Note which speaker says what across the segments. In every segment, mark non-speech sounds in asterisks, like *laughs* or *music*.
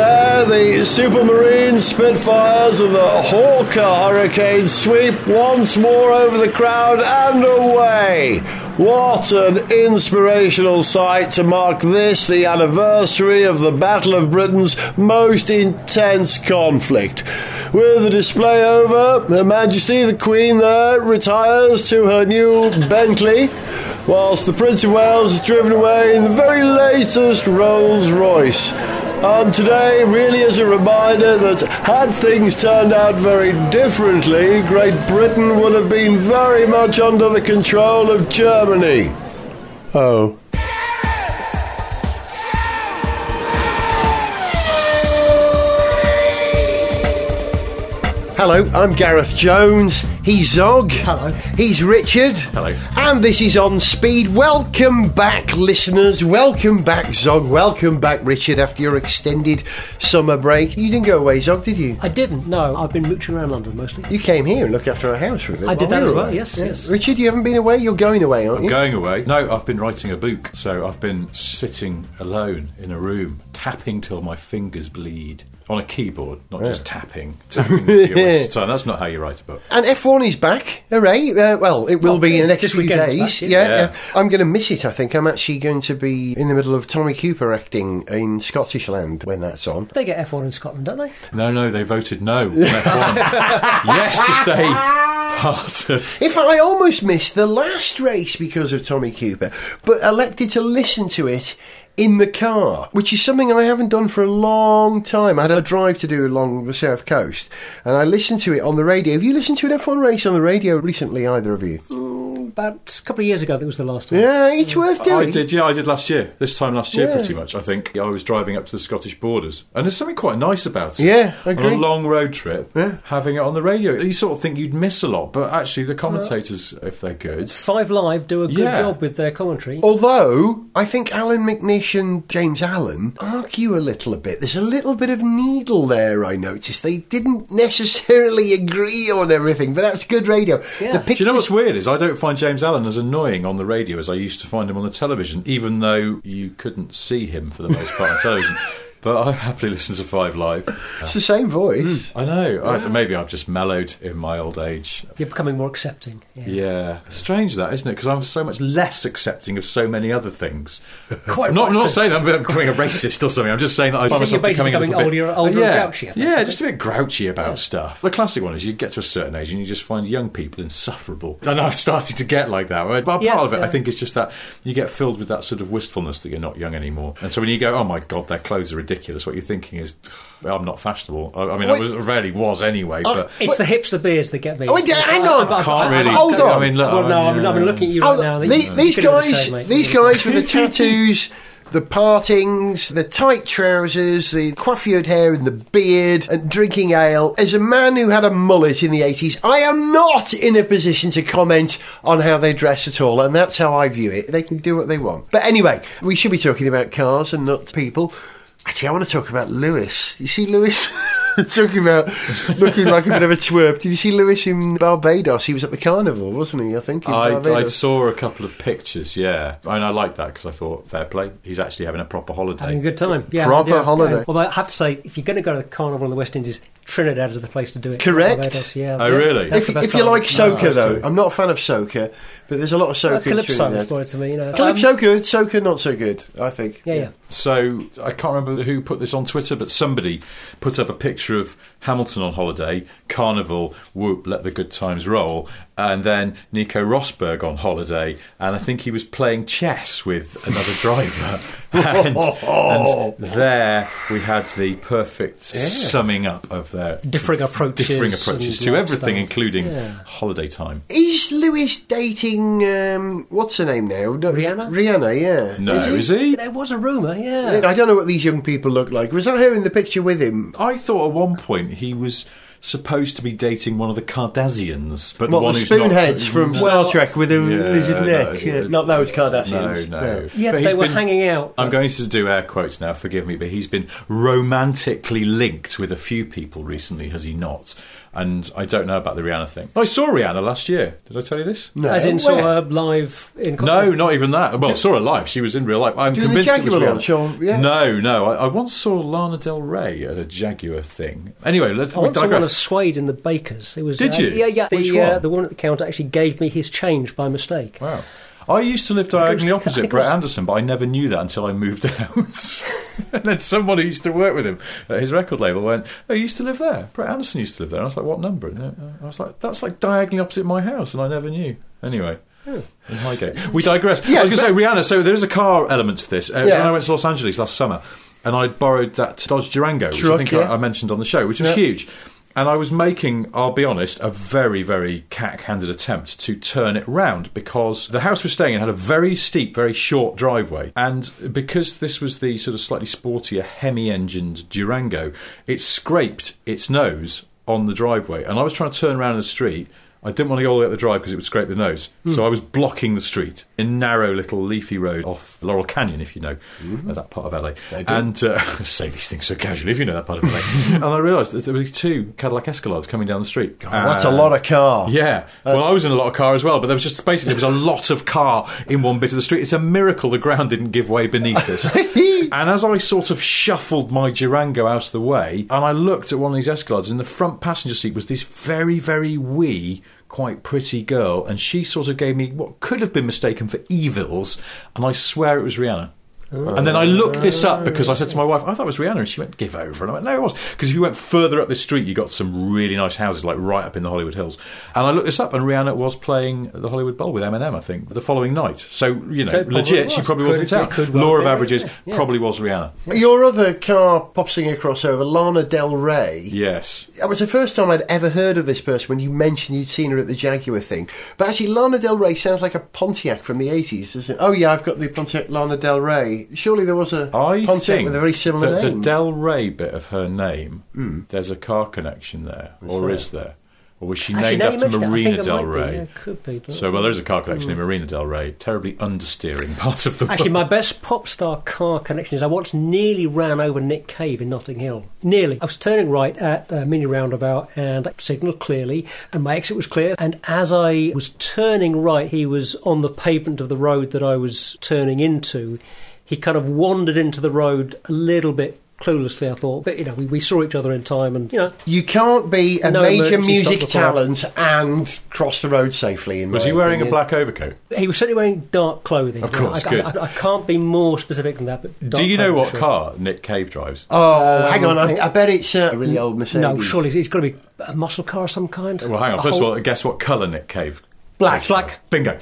Speaker 1: the Supermarine Spitfires of the Hawker Hurricane sweep once more over the crowd and away. What an inspirational sight to mark this, the anniversary of the Battle of Britain's most intense conflict. With the display over, Her Majesty the Queen there retires to her new Bentley, whilst the Prince of Wales is driven away in the very latest Rolls Royce. And today really is a reminder that had things turned out very differently, Great Britain would have been very much under the control of Germany. Oh. Hello, I'm Gareth Jones. He's Zog.
Speaker 2: Hello.
Speaker 1: He's Richard. Hello. And this is On Speed. Welcome back, listeners. Welcome back, Zog. Welcome back, Richard, after your extended summer break. You didn't go away, Zog, did you?
Speaker 2: I didn't. No, I've been mooching around London mostly.
Speaker 1: You came here and looked after our house for a bit.
Speaker 2: I did
Speaker 1: while
Speaker 2: that
Speaker 1: we
Speaker 2: as
Speaker 1: were
Speaker 2: well.
Speaker 1: away.
Speaker 2: Yes, yes.
Speaker 1: Richard, you haven't been away? You're going away, aren't you?
Speaker 3: Going away? No, I've been writing a book, so I've been sitting alone in a room, tapping till my fingers bleed on a keyboard, not just tapping. tapping with your
Speaker 1: *laughs*
Speaker 3: wrist. So that's not how you write a book.
Speaker 1: And F1 is back. Hooray. Uh, well, it will
Speaker 2: Well,
Speaker 1: be in the
Speaker 2: uh,
Speaker 1: next
Speaker 2: this
Speaker 1: few
Speaker 2: weekend
Speaker 1: days.
Speaker 2: it's back,
Speaker 1: yeah,
Speaker 2: yeah.
Speaker 3: Yeah.
Speaker 1: yeah. I'm going to miss it, I think. I'm actually going to be in the middle of Tommy Cooper acting in Scottish land when that's on.
Speaker 2: They get F1 in Scotland, don't they?
Speaker 3: No, no, they voted no. *laughs* on F1. yes, to
Speaker 1: *laughs*
Speaker 3: stay part of.
Speaker 1: In fact, I almost missed the last race because of Tommy Cooper, but elected to listen to it in the car, which is something I haven't done for a long time. I had a drive to do along the south coast, and I listened to it on the radio. Have you listened to an F1 race on the radio recently, either of you?
Speaker 3: Mm.
Speaker 2: About a couple of years ago, I think it was the last time.
Speaker 1: Yeah, it's worth doing.
Speaker 3: I did, yeah, I did last year. This time last year,
Speaker 1: Yeah.
Speaker 3: pretty much, I think. I was driving up to the Scottish borders, and there's something quite nice about it.
Speaker 1: Yeah, I
Speaker 3: On
Speaker 1: agree.
Speaker 3: a long road trip,
Speaker 1: Yeah.
Speaker 3: having it on the radio. You sort of think you'd miss a lot, but actually, the commentators, if they're good,
Speaker 2: Five Live do a good
Speaker 3: Yeah.
Speaker 2: job with their commentary.
Speaker 1: Oh. Although I think Alan McNish and James Allen argue a little a bit. There's a little bit of needle there. I noticed they didn't necessarily *laughs* agree on everything, but that's good radio.
Speaker 2: Yeah. Do you
Speaker 1: The
Speaker 3: Do
Speaker 1: pictures,
Speaker 3: you know what's weird is I don't find James Allen as annoying on the radio as I used to find him on the television, even though you couldn't see him for the most part on television. But I happily listen to Five Live.
Speaker 1: it's the same voice.
Speaker 3: I know. I, maybe I've just mellowed in my old age.
Speaker 2: You're becoming more accepting. Yeah.
Speaker 3: Yeah, strange that, isn't it? Because I'm so much less accepting of so many other things.
Speaker 2: Quite
Speaker 3: I'm not,
Speaker 2: right,
Speaker 3: I'm not
Speaker 2: so-
Speaker 3: saying that I'm becoming a racist or something. I'm just saying that I
Speaker 2: think
Speaker 3: find myself
Speaker 2: you're basically
Speaker 3: becoming, a
Speaker 2: becoming
Speaker 3: little bit-
Speaker 2: older- older and
Speaker 3: yeah.
Speaker 2: grouchier,
Speaker 3: Yeah,
Speaker 2: basically.
Speaker 3: just a bit grouchy about stuff. The classic one is you get to a certain age and you just find young people insufferable. And I'm starting to get like that. Right? But
Speaker 2: Yeah,
Speaker 3: part of it,
Speaker 2: yeah.
Speaker 3: I think, is just that you get filled with that sort of wistfulness that you're not young anymore. And so when you go, oh my god, their clothes are ridiculous. What you're thinking is, I'm not fashionable. I, I mean,
Speaker 1: Wait.
Speaker 3: I was, rarely was anyway.
Speaker 2: Oh,
Speaker 3: But
Speaker 2: It's the hipster beards that get me.
Speaker 1: Oh, yeah, hang on.
Speaker 3: I can't
Speaker 1: I-
Speaker 3: really.
Speaker 1: hold on.
Speaker 3: I mean, look,
Speaker 2: Well, no,
Speaker 3: I
Speaker 2: I'm,
Speaker 3: mean,
Speaker 2: I'm
Speaker 3: yeah.
Speaker 2: looking at you right
Speaker 1: Oh,
Speaker 2: now.
Speaker 1: the-
Speaker 2: that
Speaker 1: these,
Speaker 2: you- bit of a
Speaker 1: guys,
Speaker 2: shame, mate.
Speaker 1: these guys with the
Speaker 2: *laughs*
Speaker 1: tattoos, the partings, the tight trousers, the coiffured hair and the beard, and drinking ale. As a man who had a mullet in the eighties, I am not in a position to comment on how they dress at all, and that's how I view it. They can do what they want. But anyway, we should be talking about cars and not people. Actually, I want to talk about Lewis. You see, Lewis. *laughs* Talking about looking like a bit of a twerp. Did you see Lewis in Barbados? He was at the carnival, wasn't he? I think. in
Speaker 3: I, I
Speaker 1: Barbados.
Speaker 3: saw a couple of pictures, yeah. I mean, I like that because I thought, fair play, he's actually having a proper holiday.
Speaker 2: Having a good time. Yeah,
Speaker 1: Proper
Speaker 2: yeah.
Speaker 1: holiday.
Speaker 2: Although I have to say, if you're going to go to the carnival in the West Indies, Trinidad is the place to do it.
Speaker 1: Correct.
Speaker 2: Barbados, yeah.
Speaker 3: Oh, really?
Speaker 2: That's
Speaker 1: If,
Speaker 2: the best
Speaker 1: if you
Speaker 2: part.
Speaker 1: like soca,
Speaker 3: that's
Speaker 1: though,
Speaker 3: true.
Speaker 1: I'm not a fan of soca, but there's a lot of
Speaker 2: Uh,
Speaker 1: soca. in
Speaker 2: Calypso
Speaker 1: Trinidad.
Speaker 2: is more to me, you know.
Speaker 1: Calypso
Speaker 2: Um,
Speaker 1: good, soca not so good. I think.
Speaker 2: yeah, yeah.
Speaker 3: So I can't remember who put this on Twitter, but somebody put up a picture of Hamilton on holiday, Carnival, whoop, let the good times roll, and then Nico Rosberg on holiday, and I think he was playing chess with another *laughs* driver. and, and there we had the perfect summing up of their
Speaker 2: Differing approaches
Speaker 3: differing
Speaker 2: and
Speaker 3: approaches to everything,
Speaker 2: lifestyles.
Speaker 3: including
Speaker 2: Yeah.
Speaker 3: holiday time.
Speaker 1: Is Lewis dating? Um, what's her name now? No,
Speaker 2: Rihanna?
Speaker 1: Rihanna, yeah.
Speaker 3: No, is he?
Speaker 2: There was a rumour, yeah.
Speaker 1: I don't know what these young people look like. Was that her in the picture with him?
Speaker 3: I thought at one point he was supposed to be dating one of the Kardashians, but
Speaker 1: What,
Speaker 3: the one
Speaker 1: the
Speaker 3: who's not-
Speaker 1: spoonheads from Star
Speaker 2: Well-
Speaker 1: Trek with a lizard
Speaker 3: no,
Speaker 1: neck? yeah. Not those Kardashians.
Speaker 3: No, no.
Speaker 2: Yeah,
Speaker 3: But
Speaker 2: they
Speaker 3: he's
Speaker 2: were
Speaker 3: been-
Speaker 2: hanging out.
Speaker 3: I'm going to do air quotes now, forgive me, but he's been romantically linked with a few people recently, has he not? And I don't know about the Rihanna thing. I saw Rihanna last year. Did I tell you this?
Speaker 1: No.
Speaker 2: As in, saw
Speaker 1: Where?
Speaker 2: her live in
Speaker 3: No, not even that. Well, saw her live. She was in real life. I'm
Speaker 1: Doing the
Speaker 3: convinced it was
Speaker 1: Jaguar
Speaker 3: real.
Speaker 1: launch on- yeah.
Speaker 3: No, no. I, I once saw Lana Del Rey at a Jaguar thing. Anyway, let,
Speaker 2: I
Speaker 3: we
Speaker 2: once saw one of
Speaker 3: digress.
Speaker 2: Suede in the Bakers. It was,
Speaker 3: Did
Speaker 2: uh,
Speaker 3: you?
Speaker 2: Yeah, yeah.
Speaker 3: Which
Speaker 2: the, uh,
Speaker 3: one?
Speaker 2: the woman at the counter actually gave me his change by mistake.
Speaker 3: Wow. I used to live diagonally
Speaker 2: I
Speaker 3: opposite
Speaker 2: think it
Speaker 3: Brett
Speaker 2: was-
Speaker 3: Anderson, but I never knew that until I moved *laughs* out. and then someone who used to work with him at his record label went, "Oh, you used to live there? Brett Anderson used to live there." And I was like, "What number?" And they- I was like, "That's like diagonally opposite my house," and I never knew. Anyway. in Highgate. We digress.
Speaker 1: Hmm. Yeah,
Speaker 3: I was going to
Speaker 1: but-
Speaker 3: say Rihanna. So there is a car element to this. Uh,
Speaker 1: Yeah.
Speaker 3: When I went to Los Angeles last summer, and I borrowed that Dodge Durango, which I
Speaker 1: Truck,
Speaker 3: think
Speaker 1: yeah.
Speaker 3: I, I mentioned on the show, which was
Speaker 1: Yeah.
Speaker 3: huge. And I was making, I'll be honest, a very, very cack handed attempt to turn it round because the house we were staying in had a very steep, very short driveway. And because this was the sort of slightly sportier Hemi engined Durango, it scraped its nose on the driveway. And I was trying to turn around in the street. I didn't want to go all the way up the drive because it would scrape the nose.
Speaker 1: Hmm.
Speaker 3: So I was blocking the street in narrow little leafy road off Laurel Canyon, if you know
Speaker 1: Mm-hmm.
Speaker 3: uh, that part of LA. And uh, *laughs* I say these things so casually, if you know that part of
Speaker 1: *laughs*
Speaker 3: LA. and I realised that there were two Cadillac Escalades coming down the street.
Speaker 2: Uh,
Speaker 1: That's a lot of Uh, car.
Speaker 3: Yeah. Well, I was in a lot of car as well, but there was just basically there was a lot of car in one bit of the street. It's a miracle the ground didn't give way beneath
Speaker 1: *laughs*
Speaker 3: us. and as I sort of shuffled my Durango out of the way, and I looked at one of these Escalades, and the front passenger seat was this very, very wee. Quite pretty girl, and she sort of gave me what could have been mistaken for evils, and I swear it was Rihanna. And then I looked this up because I said to my wife, I thought it was Rihanna, and she went, give over. And I went, no, it was. Because if you went further up this street, you got some really nice houses, like right up in the Hollywood Hills. And I looked this up, and Rihanna was playing at the Hollywood Bowl with Eminem, I think, the following night. So, you know,
Speaker 2: So it probably
Speaker 3: legit, she
Speaker 2: was.
Speaker 3: probably
Speaker 2: Could-
Speaker 3: wasn't out.
Speaker 2: it could well
Speaker 3: Law of
Speaker 2: be,
Speaker 3: averages
Speaker 2: yeah, yeah.
Speaker 3: probably was Rihanna.
Speaker 1: Your other car pop singer crossover, Lana Del Rey.
Speaker 3: Yes.
Speaker 1: That was the first time I'd ever heard of this person when you mentioned you'd seen her at the Jaguar thing. But actually, Lana Del Rey sounds like a Pontiac from the 80s, doesn't it? Oh, yeah, I've got the Pontiac Lana Del Rey. Surely there was a
Speaker 3: I
Speaker 1: Pontiac
Speaker 3: think
Speaker 1: with a very similar
Speaker 3: that
Speaker 1: name. Hmm.
Speaker 3: the Del Rey bit of her name, there's a car connection there, or
Speaker 1: there?
Speaker 3: is there? Or was she
Speaker 2: Actually,
Speaker 3: named
Speaker 2: now you
Speaker 3: after
Speaker 2: mention it, I
Speaker 3: Marina
Speaker 2: think there
Speaker 3: Del
Speaker 2: might be,
Speaker 3: Rey?
Speaker 2: yeah, could be. but-
Speaker 3: So, well, there's a car connection in Marina Del Rey, terribly understeering part of the
Speaker 2: Actually, my
Speaker 3: world.
Speaker 2: best pop star car connection is I once nearly ran over Nick Cave in Notting Hill. Nearly. I was turning right at a mini roundabout and I signalled clearly, and my exit was clear. And as I was turning right, he was on the pavement of the road that I was turning into. He kind of wandered into the road a little bit cluelessly, I thought. But, you know, we, we saw each other in time and, you know,
Speaker 1: You can't be a
Speaker 2: No
Speaker 1: major
Speaker 2: emergency stop
Speaker 1: music
Speaker 2: before-
Speaker 1: talent and cross the road safely. In
Speaker 3: Was
Speaker 1: my
Speaker 3: he wearing a
Speaker 1: opinion.
Speaker 3: black overcoat?
Speaker 2: he was certainly wearing dark clothing.
Speaker 3: Of
Speaker 2: You know,
Speaker 3: course,
Speaker 2: I,
Speaker 3: good.
Speaker 2: I, I can't be more specific than that. But
Speaker 3: Do
Speaker 2: dark
Speaker 3: you know
Speaker 2: clothing,
Speaker 3: what
Speaker 2: sure.
Speaker 3: car Nick Cave drives?
Speaker 1: Oh,
Speaker 2: Um,
Speaker 1: hang on! I,
Speaker 2: I-
Speaker 1: I bet it's uh, a really old Mercedes.
Speaker 2: No, surely it's- it's got to be a muscle car of some kind.
Speaker 3: well, hang on.
Speaker 2: A
Speaker 3: First
Speaker 2: whole-
Speaker 3: of all, guess what colour Nick Cave?
Speaker 1: Black.
Speaker 2: Black.
Speaker 3: Bingo.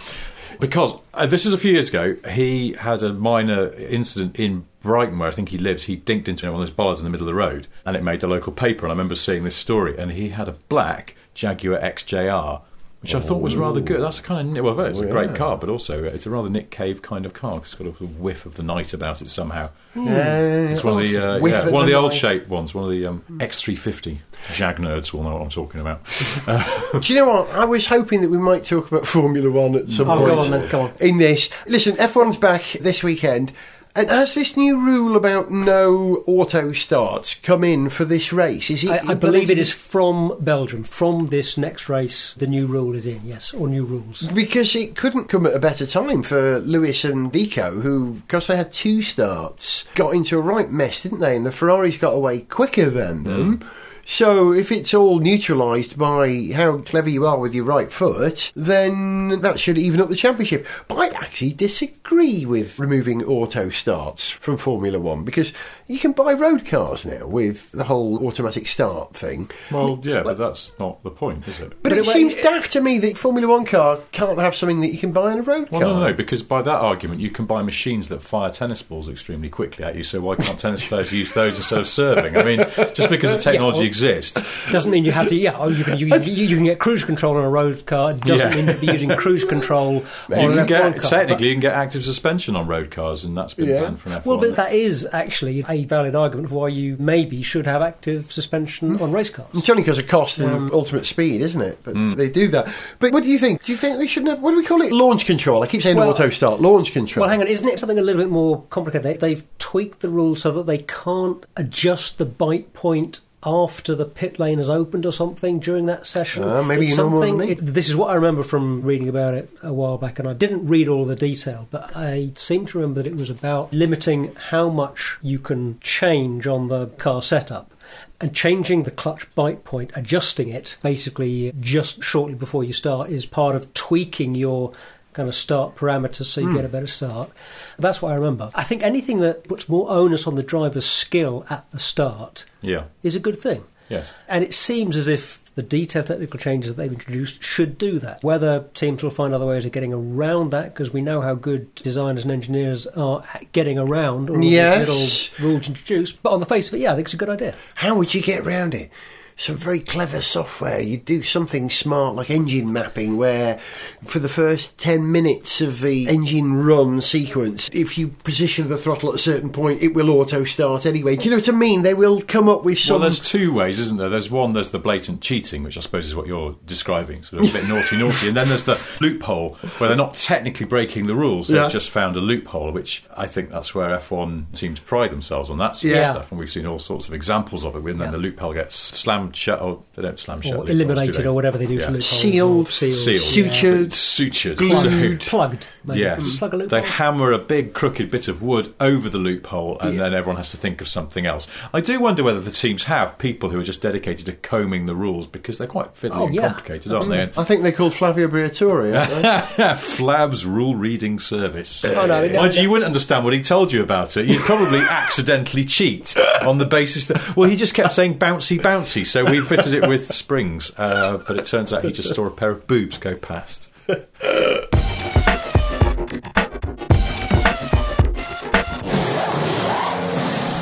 Speaker 3: Because uh, this is a few years ago, he had a minor incident in Brighton, where I think he lives. He dinked into one of those bollards in the middle of the road, and it made the local paper. And I remember seeing this story, and he had a black Jaguar XJR. Which I thought was rather good. That's a kind of well, it's
Speaker 2: Oh,
Speaker 3: a great car, but also it's a rather Nick Cave kind of car. 'cause it's got a sort of whiff of the night about it somehow.
Speaker 2: Hmm.
Speaker 1: Yeah.
Speaker 3: It's one of the uh,
Speaker 1: With
Speaker 3: yeah,
Speaker 1: the
Speaker 3: one of the old
Speaker 1: design.
Speaker 3: shaped ones, one of the um, X350. Jag nerds will know what I'm talking about.
Speaker 2: *laughs*
Speaker 1: *laughs* Do you know what? I was hoping that we might talk about *laughs* Formula One at some
Speaker 2: Oh,
Speaker 1: point.
Speaker 2: go on then, go on.
Speaker 1: In this, listen, F1's back this weekend, and has this new rule about no auto starts come in for this race? Is it?
Speaker 2: I, I believe it is from Belgium. From this next race, the new rule is in, yes, or new rules.
Speaker 1: Because it couldn't come at a better time for Lewis and Vico, who, because they had two starts, got into a right mess, didn't they? And the Ferraris got away quicker than them. So if it's all neutralised by how clever you are with your right foot, then that should even up the championship. But I actually disagree with removing auto starts from Formula One because you can buy road cars now with the whole automatic start thing.
Speaker 3: Well, yeah, but that's not the point, is it?
Speaker 1: But, it,
Speaker 2: it-
Speaker 1: seems daft to me that Formula One car can't have something that you can buy in a road
Speaker 3: Well,
Speaker 1: car.
Speaker 3: no, no, because by that argument, you can buy machines that fire tennis balls extremely quickly at you. So why can't tennis players use those instead of serving? I mean, just because the technology
Speaker 2: well-
Speaker 3: exists,
Speaker 2: Doesn't mean you have to. Yeah, oh, you can you, you, you can get cruise control on a road car. It doesn't
Speaker 3: Yeah.
Speaker 2: mean to be using cruise
Speaker 3: *laughs*
Speaker 2: control on
Speaker 3: you
Speaker 2: an
Speaker 3: can
Speaker 2: F1
Speaker 3: get
Speaker 2: car.
Speaker 3: technically you can get active suspension on road cars, and that's been
Speaker 1: Yeah.
Speaker 3: banned from F1.
Speaker 2: But- well, but that is actually a valid argument for why you maybe should have active suspension on race cars.
Speaker 1: It's only because of cost and ultimate speed, isn't it? But they do that. But what do you think? Do you think they shouldn't have? What do we call it? Launch control. I keep saying
Speaker 2: Well-
Speaker 1: auto start. Launch control.
Speaker 2: Well, hang on, isn't it something a little bit more complicated? They, they've tweaked the rules so that they can't adjust the bite point after the pit lane has opened or something during that session.
Speaker 1: Ah, maybe
Speaker 2: It's
Speaker 1: you know more than
Speaker 2: something-
Speaker 1: me.
Speaker 2: it- this is what I remember from reading about it a while back, and I didn't read all the detail, but I seem to remember that it was about limiting how much you can change on the car setup. And changing the clutch bite point, adjusting it basically just shortly before you start, is part of tweaking your kind of start parameters so you
Speaker 1: Hmm.
Speaker 2: get a better start. That's what I remember. I think anything that puts more onus on the driver's skill at the start
Speaker 3: Yeah.
Speaker 2: is a good thing.
Speaker 3: Yes.
Speaker 2: And it seems as if the detailed technical changes that they've introduced should do that. Whether teams will find other ways of getting around that, because we know how good designers and engineers are at getting around all
Speaker 1: Yes.
Speaker 2: the little rules introduced. But on the face of it, yeah, I think it's a good idea.
Speaker 1: How would you get around it? Some very clever software. You do something smart like engine mapping, where for the first 10 minutes of the engine run sequence, if you position the throttle at a certain point, it will auto start anyway. Do you know what I mean? They will come up with
Speaker 3: Well,
Speaker 1: some.
Speaker 3: there's two ways, isn't there? There's one, there's the blatant cheating, which I suppose is what you're describing, sort of
Speaker 2: *laughs*
Speaker 3: a bit naughty, naughty. And then there's the loophole, where they're not technically breaking the rules, they've
Speaker 1: Yeah.
Speaker 3: just found a loophole, which I think that's where F1 teams pride themselves on that sort
Speaker 1: Yeah.
Speaker 3: of stuff. And we've seen all sorts of examples of it, and then
Speaker 2: Yeah.
Speaker 3: the loophole gets slammed shut, or they don't slam shut.
Speaker 2: Or
Speaker 3: loopholes, do
Speaker 2: eliminated
Speaker 3: they?
Speaker 2: or whatever they do
Speaker 3: Yeah.
Speaker 2: for loopholes. or
Speaker 1: Sealed.
Speaker 3: Sealed.
Speaker 1: Sutured.
Speaker 3: But it's Sutured.
Speaker 1: Glued.
Speaker 3: So-
Speaker 2: Plugged. maybe. Mm.
Speaker 3: Yes,
Speaker 2: Plug a
Speaker 3: they
Speaker 2: loophole.
Speaker 3: hammer a big crooked bit of wood over the loophole, and then everyone has to think of something else. I do wonder whether the teams have people who are just dedicated to combing the rules because they're quite fiddly
Speaker 2: Oh,
Speaker 3: and
Speaker 2: yeah.
Speaker 3: complicated, aren't they?
Speaker 1: I think they're called Flavio Briatore, aren't they?
Speaker 3: And *laughs* Flab's rule reading service.
Speaker 2: Oh, no, no,
Speaker 3: Mind you,
Speaker 2: no.
Speaker 3: you wouldn't understand what he told you about it. You'd
Speaker 2: *laughs*
Speaker 3: probably accidentally cheat on the basis that. Well, he just kept saying bouncy, bouncy, so we fitted it with springs. Uh, but it turns out he just saw a pair of boobs go past.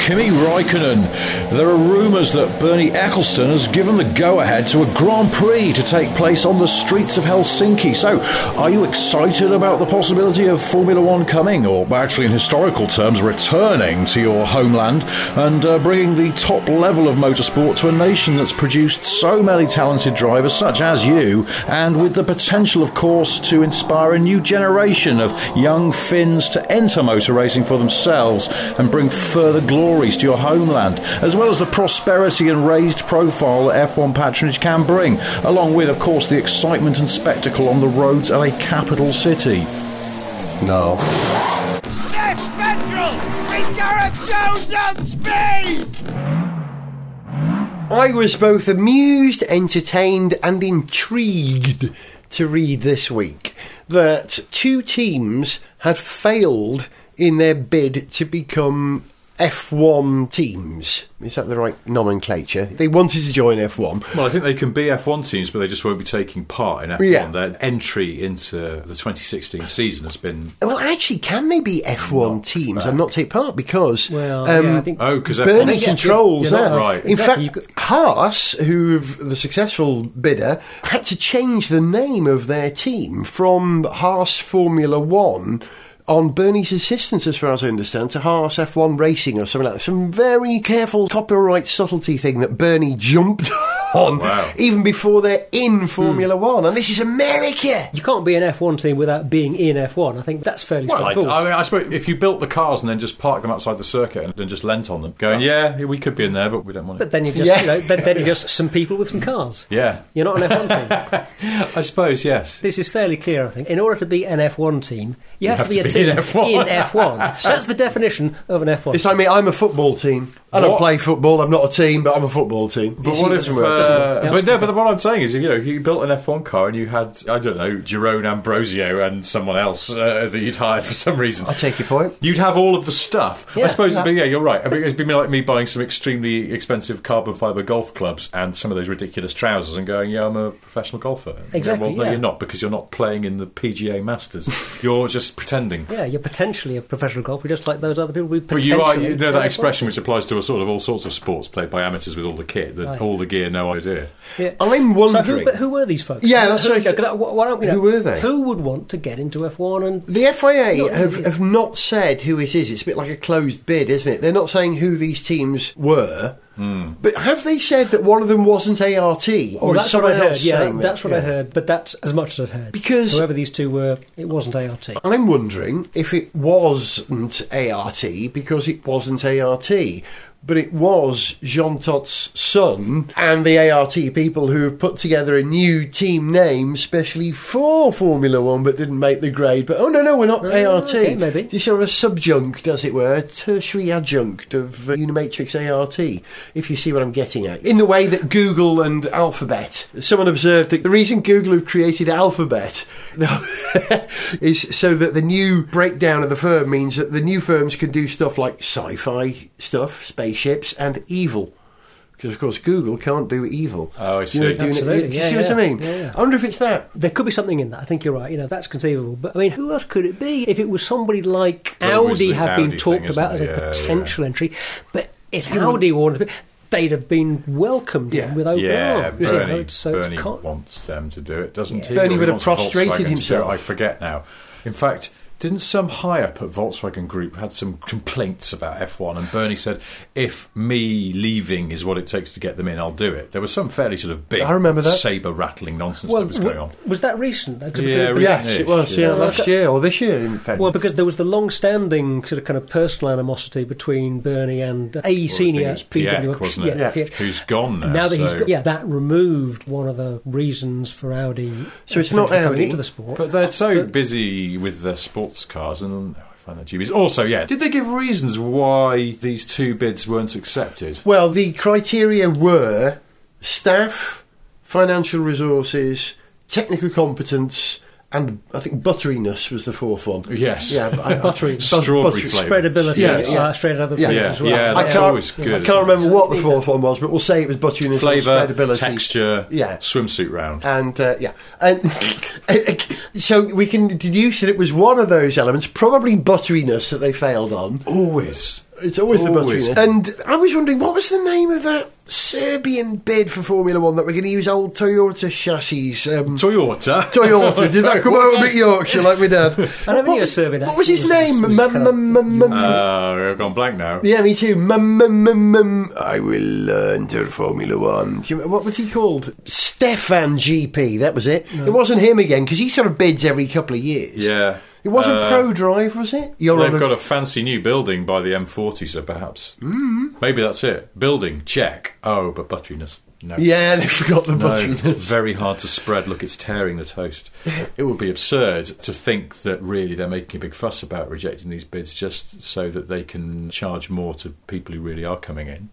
Speaker 3: Kimi Raikkonen. There are rumours that Bernie Ecclestone has given the go ahead to a Grand Prix to take place on the streets of Helsinki. So, are you excited about the possibility of Formula One coming, or actually in historical terms, returning to your homeland and uh, bringing the top level of motorsport to a nation that's produced so many talented drivers such as you, and with the potential, of course, to inspire a new generation of young Finns to enter motor racing for themselves and bring further glories to your homeland, as well as the prosperity and raised profile that F1 patronage can bring, along with, of course, the excitement and spectacle on the roads of a capital city.
Speaker 1: No.
Speaker 4: Snap Central! Bring Gareth Jones on speed!
Speaker 1: I was both amused, entertained, and intrigued to read this week that two teams had failed in their bid to become F1 teams. Is that the right nomenclature? They wanted to join F1.
Speaker 3: Well, I think they can be F1 teams, but they just won't be taking part in F1.
Speaker 1: Yeah.
Speaker 3: Their entry into the 2016 season has been.
Speaker 1: Well, actually, can they be F1 teams and not take part? Because
Speaker 2: Well,
Speaker 1: um,
Speaker 2: yeah, I think.
Speaker 3: Oh, because
Speaker 1: Bernie
Speaker 2: Yeah,
Speaker 1: controls
Speaker 2: you're not
Speaker 1: that.
Speaker 3: right.
Speaker 1: In
Speaker 2: Exactly,
Speaker 1: fact,
Speaker 2: you could-
Speaker 1: Haas, who the successful bidder, had to change the name of their team from Haas Formula One. On Bernie's assistance, as far as I understand, to Haas F1 Racing or something like that. Some very careful copyright subtlety thing that Bernie jumped on
Speaker 3: Wow.
Speaker 1: *laughs* even before they're in Formula
Speaker 2: Hmm.
Speaker 1: One. And this is America!
Speaker 2: You can't be an F1 team without being in F1. I think that's fairly
Speaker 3: Well, I,
Speaker 2: straightforward.
Speaker 3: I mean, I suppose if you built the cars and then just parked them outside the circuit and then just lent on them, going, yeah, we could be in there, but we don't want it.
Speaker 2: but then you just,
Speaker 1: Yeah.
Speaker 2: you know, then, then you're just some people with some cars.
Speaker 3: yeah,
Speaker 2: You're not an
Speaker 3: *laughs*
Speaker 2: F1 team.
Speaker 3: I suppose yes.
Speaker 2: This is fairly clear, I think. In order to be an F1 team, you, have, to be a team
Speaker 3: in
Speaker 2: in
Speaker 3: F1.
Speaker 2: F1.
Speaker 3: *laughs*
Speaker 2: That's the definition of an F1.
Speaker 1: It's like me, I'm a football team. I don't
Speaker 3: What?
Speaker 1: play football, I'm not a team, but I'm a football team. You
Speaker 3: But
Speaker 1: see,
Speaker 3: what
Speaker 1: it
Speaker 3: if?
Speaker 1: doesn't work, does it?
Speaker 3: Uh,
Speaker 2: Yeah.
Speaker 3: But no. But what I'm saying is, if you know, if you built an F1 car and you had, I don't know, Jerome Ambrosio and someone else uh, that you'd hired for some reason,
Speaker 1: I take your point.
Speaker 3: You'd have all of the stuff. I
Speaker 2: Yeah.
Speaker 3: suppose, but yeah, you're right. I mean, it'd be like me buying some extremely expensive carbon fibre golf clubs and some of those ridiculous trousers and going, yeah, I'm a professional golfer. And you go,
Speaker 2: Exactly,
Speaker 3: well, no,
Speaker 2: yeah.
Speaker 3: you're not because you're not playing in the PGA
Speaker 2: *laughs*
Speaker 3: Masters. you're just pretending.
Speaker 2: yeah, you're potentially a professional golfer, just like those other people. We
Speaker 3: But you are,
Speaker 2: potentially
Speaker 3: you know, that
Speaker 2: F1
Speaker 3: expression which applies to a sort of all sorts of sports played by amateurs with all the kit, the,
Speaker 2: Right.
Speaker 3: all the gear, no idea.
Speaker 2: Yeah.
Speaker 1: I'm
Speaker 2: So
Speaker 1: wondering.
Speaker 2: who, but who were these folks?
Speaker 1: Yeah, that's
Speaker 2: Who-
Speaker 1: what I-
Speaker 2: you know, why don't we know-
Speaker 1: Who were they?
Speaker 2: Who would want to get into F1 and
Speaker 1: the
Speaker 2: It's
Speaker 1: FIA
Speaker 2: not
Speaker 1: have,
Speaker 2: easy.
Speaker 1: have not said who it is. It's a bit like a closed bid, isn't it? They're not saying who these teams were. But have they said that one of them wasn't ART? Or
Speaker 2: Hmm. Well, that's what
Speaker 1: is
Speaker 2: I
Speaker 1: Oh, someone
Speaker 2: heard.
Speaker 1: else
Speaker 2: Yeah,
Speaker 1: saying that?
Speaker 2: that's what I
Speaker 1: Yeah.
Speaker 2: heard. But that's as much as I've heard.
Speaker 1: Because-
Speaker 2: whoever these two were, it wasn't ART.
Speaker 1: I'm wondering if it wasn't ART because it wasn't ART. but it was Jean Tot's son and the ART people who have put together a new team name specially for Formula One but didn't make the grade. But oh no, no, we're not ART.
Speaker 2: okay, maybe.
Speaker 1: This are a subjunct, as it were, a tertiary adjunct of uh, Unimatrix ART, if you see what I'm getting at. In the way that Google and Alphabet, someone observed that the reason Google have created Alphabet *laughs* is so that the new breakdown of the firm means that the new firms can do stuff like sci fi stuff, spaceships, and evil. Because, of course, Google can't do evil.
Speaker 5: Oh, I see.
Speaker 1: You know, doing it-
Speaker 2: Absolutely,
Speaker 1: do you
Speaker 2: yeah,
Speaker 1: see
Speaker 2: yeah,
Speaker 1: what I mean?
Speaker 2: yeah, yeah.
Speaker 1: I wonder if it's that.
Speaker 2: There could be something in that. I think you're right. You know, that's conceivable. But I mean, who else could it be? If it was somebody like
Speaker 5: It's always
Speaker 2: Audi
Speaker 5: the
Speaker 2: had
Speaker 5: Audi
Speaker 2: been
Speaker 5: thing,
Speaker 2: talked
Speaker 5: isn't
Speaker 2: about
Speaker 5: it?
Speaker 2: as a
Speaker 5: Yeah,
Speaker 2: potential entry, but if Audi wanted, to be- they'd have been welcomed
Speaker 1: Yeah.
Speaker 2: in with open
Speaker 5: Yeah,
Speaker 2: arms. you know,
Speaker 5: Bernie,
Speaker 2: it's- so it's
Speaker 5: Bernie
Speaker 2: con-
Speaker 5: wants them to do it, doesn't he?
Speaker 1: Bernie
Speaker 5: Or he
Speaker 1: would have
Speaker 5: wants Volkswagen
Speaker 1: prostrated
Speaker 5: to do it,
Speaker 1: himself.
Speaker 5: I forget now. In fact, didn't some high up at Volkswagen Group had some complaints about F1, and Bernie said, "If me leaving is what it takes to get them in, I'll do it." There was some fairly sort of big,
Speaker 1: I remember that.
Speaker 5: saber rattling nonsense that was
Speaker 2: w-
Speaker 5: going on.
Speaker 2: was that recent? That could-
Speaker 5: Yeah,
Speaker 2: because-
Speaker 1: Yes, it was. Yeah,
Speaker 5: Yeah.
Speaker 1: last year or this year, in fact.
Speaker 2: Well, because there was the long-standing sort of kind of personal animosity between Bernie and a
Speaker 5: Well, I think
Speaker 2: senior
Speaker 5: it was Pieck,
Speaker 2: PW
Speaker 5: wasn't it?
Speaker 2: Yeah,
Speaker 1: Yeah.
Speaker 2: Pieck.
Speaker 5: Who's gone now?
Speaker 2: Now that he's
Speaker 5: so-
Speaker 2: got, yeah, that removed one of the reasons for Audi.
Speaker 1: So it's
Speaker 2: potentially
Speaker 1: not
Speaker 2: coming
Speaker 1: Audi.
Speaker 2: into the sport.
Speaker 5: But they're so busy with their sports cars, and oh, I find that dubious. Also, yeah, did they give reasons why these two bids weren't accepted?
Speaker 1: Well, the criteria were staff, financial resources, technical competence, and I think butteriness was the fourth one.
Speaker 5: Yes.
Speaker 1: Yeah, but I-
Speaker 2: Butteriness.
Speaker 5: *laughs*
Speaker 1: but- but-
Speaker 5: Strawberry
Speaker 1: but-
Speaker 5: flavour.
Speaker 2: spreadability,
Speaker 1: Yeah,
Speaker 2: yeah,
Speaker 1: yeah.
Speaker 2: uh, straight out of the
Speaker 1: Yeah.
Speaker 2: field
Speaker 5: Yeah,
Speaker 2: as well.
Speaker 5: yeah,
Speaker 1: I
Speaker 5: That's
Speaker 1: can't,
Speaker 5: always good,
Speaker 1: I
Speaker 5: isn't
Speaker 1: can't
Speaker 5: it?
Speaker 1: remember what the fourth one was, but we'll say it was butteriness, and
Speaker 5: flavour,
Speaker 1: spreadability.
Speaker 5: texture,
Speaker 1: Yeah.
Speaker 5: swim swimsuit round.
Speaker 1: and uh, yeah, and *laughs* so we can deduce that it was one of those elements, probably butteriness, that they failed on.
Speaker 5: Always.
Speaker 1: It's always,
Speaker 5: Always.
Speaker 1: the butteriness. And I was wondering, what was the name of that Serbian bid for Formula One that we're going to use old Toyota chassis? Um, *laughs*
Speaker 5: Toyota.
Speaker 1: Toyota. Did that come out of Big Yorkshire like my dad?
Speaker 2: I never
Speaker 1: What
Speaker 2: knew a
Speaker 1: was-
Speaker 2: Serbian
Speaker 1: What was his
Speaker 2: actor was-
Speaker 1: name?
Speaker 2: was
Speaker 1: Mm,
Speaker 2: kind of-
Speaker 1: mm, mm, mm.
Speaker 5: *laughs* Uh, I've gone blank now.
Speaker 1: Yeah, me too. Mm, mm, mm, mm. I will uh, enter Formula One. Do you remember- What was he called? Stefan GP. That was it. It wasn't him again because he sort of bids every couple of years.
Speaker 5: Yeah.
Speaker 1: It wasn't
Speaker 5: Uh,
Speaker 1: Pro Drive, was it? You're on
Speaker 5: They've
Speaker 1: a-
Speaker 5: got a fancy new building by the M40, so perhaps.
Speaker 1: Mm-hmm.
Speaker 5: Mm. Maybe that's it. Building, check. Oh, but butteriness. No.
Speaker 1: yeah, they forgot *laughs* the
Speaker 5: No,
Speaker 1: butteriness.
Speaker 5: it's very hard to spread. Look, it's tearing the toast. It would be absurd to think that really they're making a big fuss about rejecting these bids just so that they can charge more to people who really are coming in.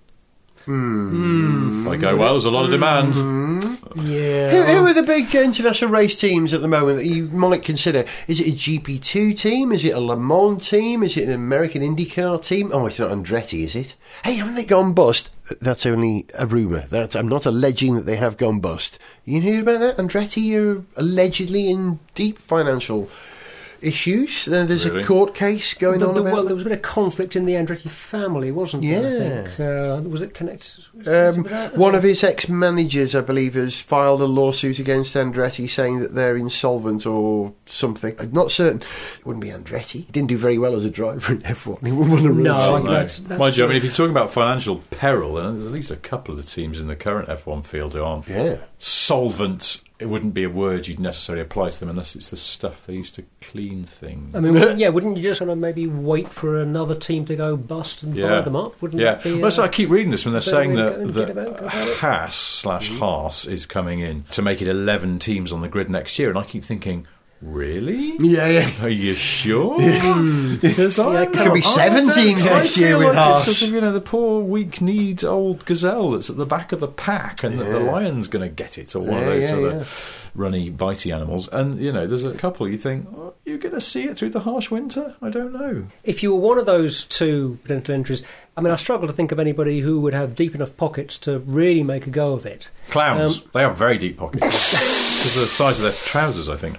Speaker 2: Hmm.
Speaker 5: Mm. I go, well, there's a lot of demand.
Speaker 1: Who,
Speaker 2: Yeah.
Speaker 1: who are the big international race teams at the moment that you might consider? Is it a GP2 team? Is it a Le Mans team? Is it an American IndyCar team? Oh, it's not Andretti, is it? Hey, haven't they gone bust? That's only a rumour. That I'm not alleging that they have gone bust. You hear about that? Andretti are allegedly in deep financial issues. Uh, There's a
Speaker 5: Really?
Speaker 1: court case going
Speaker 2: The,
Speaker 1: on
Speaker 2: the,
Speaker 1: about
Speaker 2: well, there was a bit of conflict in the Andretti family, wasn't there?
Speaker 1: Yeah.
Speaker 2: I think. Uh, was it connected? was it
Speaker 1: Um,
Speaker 2: connected with that?
Speaker 1: one of his ex-managers, I believe, has filed a lawsuit against Andretti, saying that they're insolvent or something. I'm not certain. It wouldn't be Andretti. He didn't do very well as a driver in F1. He wouldn't won a race.
Speaker 2: No, I
Speaker 5: Oh,
Speaker 2: think
Speaker 5: no.
Speaker 2: that's- that's
Speaker 5: Mind you, I
Speaker 2: true.
Speaker 5: mean, if you're talking about financial peril, then there's at least a couple of the teams in the current F1 field who aren't
Speaker 1: Yeah.
Speaker 5: solvent. It wouldn't be a word you'd necessarily apply to them unless it's the stuff they used to clean things.
Speaker 2: I mean, wouldn't-
Speaker 1: *laughs*
Speaker 2: yeah, wouldn't you just kind of maybe wait for another team to go bust and buy them up? Wouldn't
Speaker 5: yeah.
Speaker 2: that be?
Speaker 5: well, that's-
Speaker 2: uh,
Speaker 5: I keep reading this when they're
Speaker 2: better
Speaker 5: saying
Speaker 2: way to
Speaker 5: that,
Speaker 2: go and
Speaker 5: that
Speaker 2: get about- go about it? Mm-hmm.
Speaker 5: Haas slash Haas is coming in to make it 11 teams on the grid next year, and I keep thinking, really?
Speaker 1: Yeah, yeah.
Speaker 5: Are you sure?
Speaker 1: *laughs*
Speaker 5: Because I
Speaker 2: it could
Speaker 5: know-
Speaker 1: be
Speaker 5: I
Speaker 1: seven
Speaker 5: don't-
Speaker 1: teams
Speaker 5: I
Speaker 1: next
Speaker 5: feel
Speaker 1: year with
Speaker 5: like
Speaker 1: Haas.
Speaker 5: it's Sort of, you know, the poor, weak-kneed old gazelle that's at the back of the pack, and that the
Speaker 1: Yeah.
Speaker 5: lion's going to get it, or one
Speaker 1: Yeah,
Speaker 5: of those
Speaker 1: yeah,
Speaker 5: other
Speaker 1: yeah.
Speaker 5: runny, bitey animals. And you know, there's a couple. You think oh, you're going to see it through the harsh winter? I don't know.
Speaker 2: If you were one of those two potential entries, I mean, I struggle to think of anybody who would have deep enough pockets to really make a go of it.
Speaker 5: Clowns.
Speaker 2: Um,
Speaker 5: they have very deep *laughs* pockets because of the size of their trousers. I think.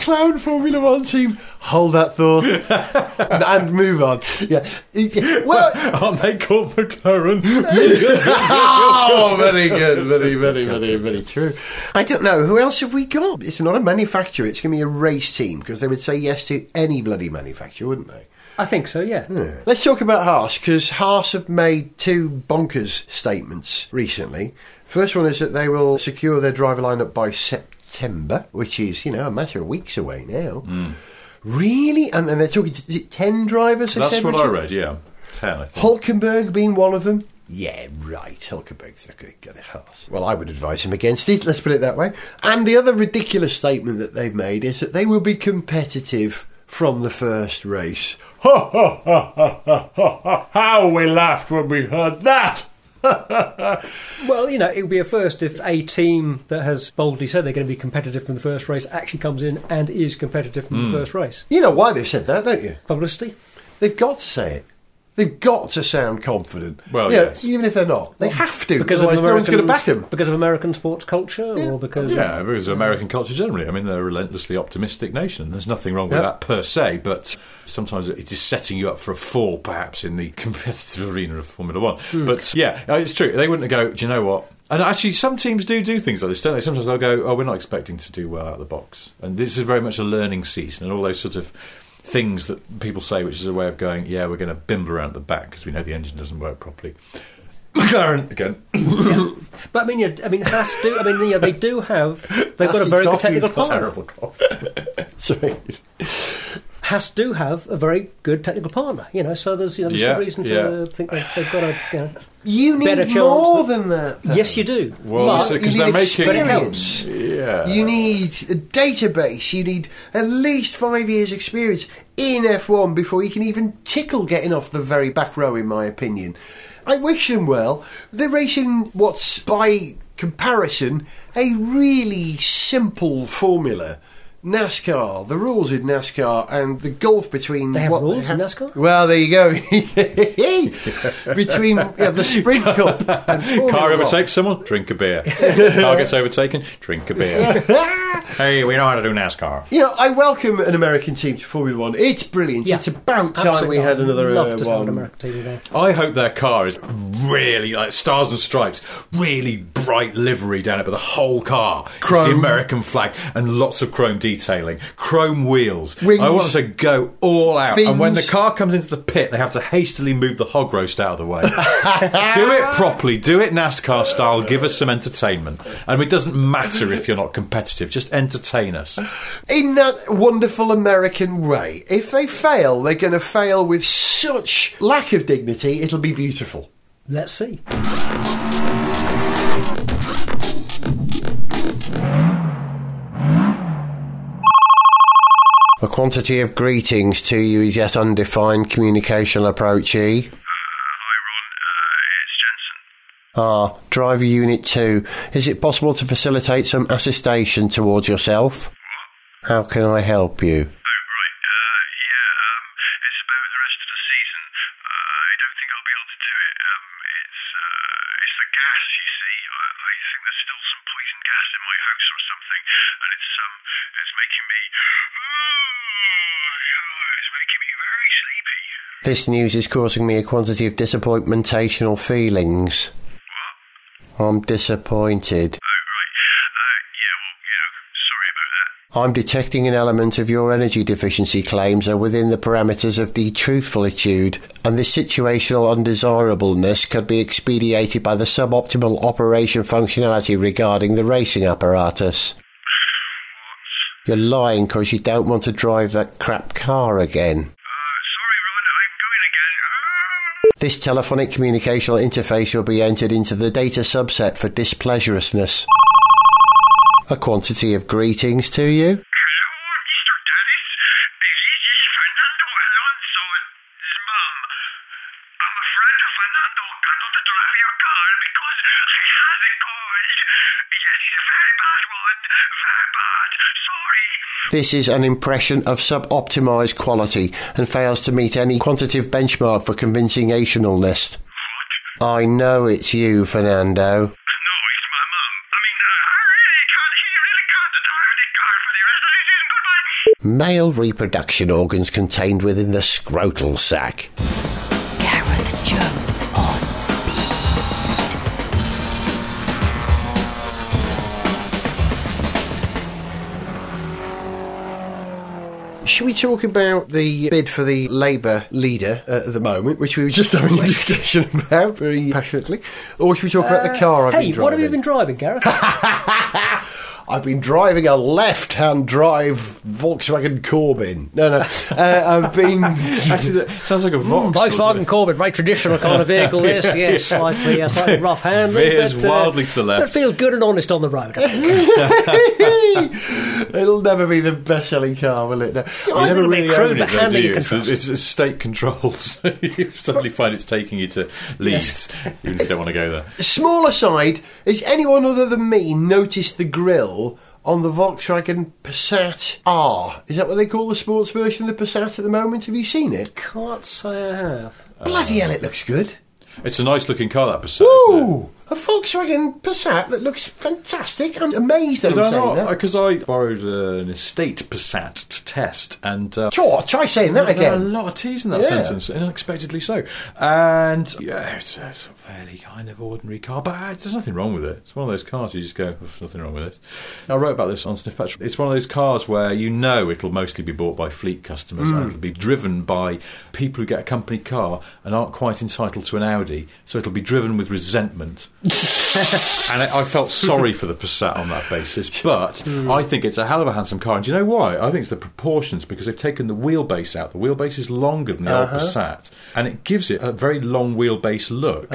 Speaker 1: Clown Formula One team. Hold that *laughs* thought and move on. Yeah. *laughs* Well,
Speaker 5: Aren't they called McLaren?
Speaker 1: oh, very good, very, very, very, very true. I don't know who else have we got. It's not a manufacturer. It's going to be a race team because they would say yes to any bloody manufacturer, wouldn't they?
Speaker 2: I think so, yeah.
Speaker 1: Let's talk about Haas because Haas have made two bonkers statements recently. First one is that they will secure their driver lineup by September, which is you know a matter of weeks away
Speaker 5: Hmm.
Speaker 1: now. Really, and then they're talking to is it ten drivers. they
Speaker 5: That's
Speaker 1: said,
Speaker 5: what I
Speaker 1: Richard?
Speaker 5: read. Yeah. ten, I think.
Speaker 1: Hulkenberg being one of them? Yeah, right. Hulkenberg's not going to get a horse. Well, I would advise him against it, let's put it that way. And the other ridiculous statement that they've made is that they will be competitive from the first race. Ha ha ha ha ha ha ha! How we laughed when we heard that!
Speaker 2: Well, you know, it would be a first if a team that has boldly said they're going to be competitive from the first race actually comes in and is competitive from
Speaker 5: Hmm.
Speaker 2: the first race.
Speaker 1: You know why they've said that, don't you?
Speaker 2: Publicity?
Speaker 1: They've got to say it. They've got to sound confident.
Speaker 5: Well,
Speaker 1: You know,
Speaker 5: yes.
Speaker 1: Even if they're not, they have to.
Speaker 2: Because of
Speaker 1: otherwise no one's
Speaker 2: American
Speaker 1: going to back them.
Speaker 2: because of American sports culture, or because
Speaker 5: Yeah, because of American culture generally. I mean, they're a relentlessly optimistic nation. There's nothing wrong with
Speaker 1: Yeah.
Speaker 5: that per se, but sometimes it is setting you up for a fall, perhaps, in the *laughs* competitive arena of Formula One.
Speaker 1: Hmm.
Speaker 5: But yeah, no, it's true. They wouldn't go, do you know what? And actually, some teams do do things like this, don't they? Sometimes they'll go, oh, we're not expecting to do well out of the box. And this is very much a learning season and all those sort of things that people say, which is a way of going, yeah, we're going to bimble around the back because we know the engine doesn't work properly. *laughs* McLaren, again.
Speaker 2: But I mean, you I mean, Haas do. I mean, you know, they do
Speaker 5: *laughs*
Speaker 2: have. They've got a
Speaker 1: Nasty
Speaker 2: very good
Speaker 1: coffee,
Speaker 2: technical partner.
Speaker 5: Terrible call.
Speaker 1: *laughs* Sorry.
Speaker 2: Haas do have a very good technical partner. You know, so there's you know there's
Speaker 5: Yeah,
Speaker 2: good reason to
Speaker 5: yeah.
Speaker 2: uh, think they've, they've got a. You know,
Speaker 1: You need
Speaker 2: Better chance
Speaker 1: more
Speaker 2: that-
Speaker 1: than that. though.
Speaker 2: yes, you do.
Speaker 5: Well,
Speaker 2: But-
Speaker 5: so-
Speaker 1: You
Speaker 5: 'Cause
Speaker 1: need
Speaker 5: they're making- But it
Speaker 1: experience.
Speaker 5: Yeah.
Speaker 1: You need a database. You need at least five years' experience in F1 before you can even tickle getting off the very back row, in my opinion. I wish them well. They're racing what's, by comparison, a really simple formula. NASCAR, the rules in NASCAR, and the gulf between
Speaker 2: They have
Speaker 1: what
Speaker 2: rules in NASCAR?
Speaker 1: Well, there you go. *laughs* between yeah, the
Speaker 2: *laughs*
Speaker 1: Sprint Cup and Formula
Speaker 5: Car
Speaker 1: One.
Speaker 5: overtakes someone, drink a beer. Car gets overtaken, drink a beer. hey, we know how to do NASCAR.
Speaker 1: You know, I welcome an American team to Formula One. It's brilliant.
Speaker 2: Yeah.
Speaker 1: It's about time
Speaker 2: Absolutely.
Speaker 1: we had
Speaker 2: I'd
Speaker 1: another
Speaker 2: Love
Speaker 1: uh,
Speaker 2: to have an
Speaker 1: one.
Speaker 2: American TV there.
Speaker 5: I hope their car is really like stars and stripes, really bright livery down it, but the whole car is the
Speaker 1: Chrome.
Speaker 5: American flag and lots of chrome detailing, chrome wheels.
Speaker 1: Rings.
Speaker 5: I want them to go all out. And when the
Speaker 1: Fins.
Speaker 5: car comes into the pit, they have to hastily move the hog roast out of the way. do it properly, do it NASCAR style, give us some entertainment. And it doesn't matter if you're not competitive, just entertain us.
Speaker 1: In that wonderful American way, if they fail, they're going to fail with such lack of dignity, it'll be beautiful.
Speaker 2: Let's see.
Speaker 1: The quantity of greetings to you is yet undefined communication approach E.
Speaker 6: Hi, Ron. Uh, it's Jensen.
Speaker 1: R. Ah, Driver Unit 2. Is it possible to facilitate some assistation towards yourself? How can I help you?
Speaker 6: Oh, right. Uh, yeah, um, it's about the rest of the season. Uh, I don't think I'll be able to do it. Um, it's, uh, it's the gas, you see. I, I think there's still some poison gas in my house or something, and it's, um, it's making me. oh, it's making me very sleepy.
Speaker 1: This news is causing me a quantity of disappointmentational feelings.
Speaker 6: What?
Speaker 1: I'm disappointed.
Speaker 6: Oh, right. Uh, yeah, well, you know, sorry about that.
Speaker 1: I'm detecting an element of your energy deficiency claims are within the parameters of the truthfulitude, and this situational undesirableness could be expedited by the suboptimal operation functionality regarding the racing apparatus.
Speaker 6: What?
Speaker 1: You're lying because you don't want to drive that crap car again.
Speaker 6: Uh, sorry, Ron. I'm going again. Ah!
Speaker 1: This telephonic communicational interface will be entered into the data subset for displeasurousness. A quantity of greetings to you.
Speaker 6: Hello, Mr. Dennis. This is Fernando Alonso's mom. I'm afraid Fernando cannot drive your car because he has a cold. Yes, it's a very bad one. Very bad. Sorry.
Speaker 1: This is an impression of sub-optimized quality and fails to meet any quantitative benchmark for convincingationalness.
Speaker 6: What?
Speaker 1: I know it's you, Fernando.
Speaker 6: No, it's my mom. I mean, uh, I really can't. He really can't drive the car for the rest of
Speaker 1: Male reproduction
Speaker 6: the season. Goodbye.
Speaker 1: organs contained within the scrotal sac.
Speaker 7: Gareth Jones on speed.
Speaker 1: Should we talk about the bid for the Labour leader uh, at the moment, which we were just having a discussion about very passionately, or should we talk about the car I've
Speaker 2: Uh, hey,
Speaker 1: been
Speaker 2: what have you
Speaker 1: driving?
Speaker 2: been driving, Gareth?
Speaker 1: I've been driving a left-hand drive Volkswagen Corbin.
Speaker 2: *laughs*
Speaker 1: No, no, uh, I've been.
Speaker 5: *laughs* Actually, that sounds like a Vauxhall.
Speaker 2: Oh, Volkswagen Corbett, very traditional kind of vehicle. This, yes, slightly, uh, slightly rough handle,
Speaker 5: Veers
Speaker 2: but, uh,
Speaker 5: wildly to the left.
Speaker 2: But feels good and honest on the road. I think.
Speaker 1: *laughs* It'll never be the best-selling car, will it? No.
Speaker 2: I
Speaker 5: You
Speaker 2: think
Speaker 5: never
Speaker 2: it'll be
Speaker 5: really
Speaker 2: crude,
Speaker 5: own
Speaker 2: but
Speaker 5: it, though,
Speaker 2: handy
Speaker 5: do
Speaker 2: you
Speaker 5: you?
Speaker 2: can
Speaker 5: It's,
Speaker 2: trust.
Speaker 5: it's- it's state controlled, *laughs* so you suddenly find it's taking you to Leeds, even if you don't want to go there.
Speaker 1: Smaller side, has anyone other than me noticed the grill on the Volkswagen Passat R? Is that what they call the sports version of the Passat at the moment? Have you seen it?
Speaker 2: Can't say I have.
Speaker 1: Bloody hell, it looks good.
Speaker 5: It's a nice looking car, that Passat. isn't it?
Speaker 1: Ooh, a Volkswagen Passat that looks fantastic. I'm amazed that
Speaker 5: Did
Speaker 1: I'm
Speaker 5: I
Speaker 1: saying
Speaker 5: not?
Speaker 1: that.
Speaker 5: Because I borrowed uh, an estate Passat to test, and uh,
Speaker 1: Sure, try saying that
Speaker 5: There are a
Speaker 1: again.
Speaker 5: lot of T's in that
Speaker 1: Yeah.
Speaker 5: sentence, unexpectedly so. And yeah, it's a sort of fairly kind of ordinary car, but uh, there's nothing wrong with it. It's one of those cars you just go, "Oh, there's nothing wrong with this. I wrote about this on Sniff Petrol. It's one of those cars where you know it'll mostly be bought by fleet customers
Speaker 1: Hmm.
Speaker 5: and it'll be driven by people who get a company car and aren't quite entitled to an Audi, so it'll be driven with resentment. And I, I felt sorry for the Passat on that basis, but I think it's a hell of a handsome car. And do you know why? I think it's the proportions because they've taken the wheelbase out. The wheelbase is longer than the old Passat, and it gives it a very long wheelbase look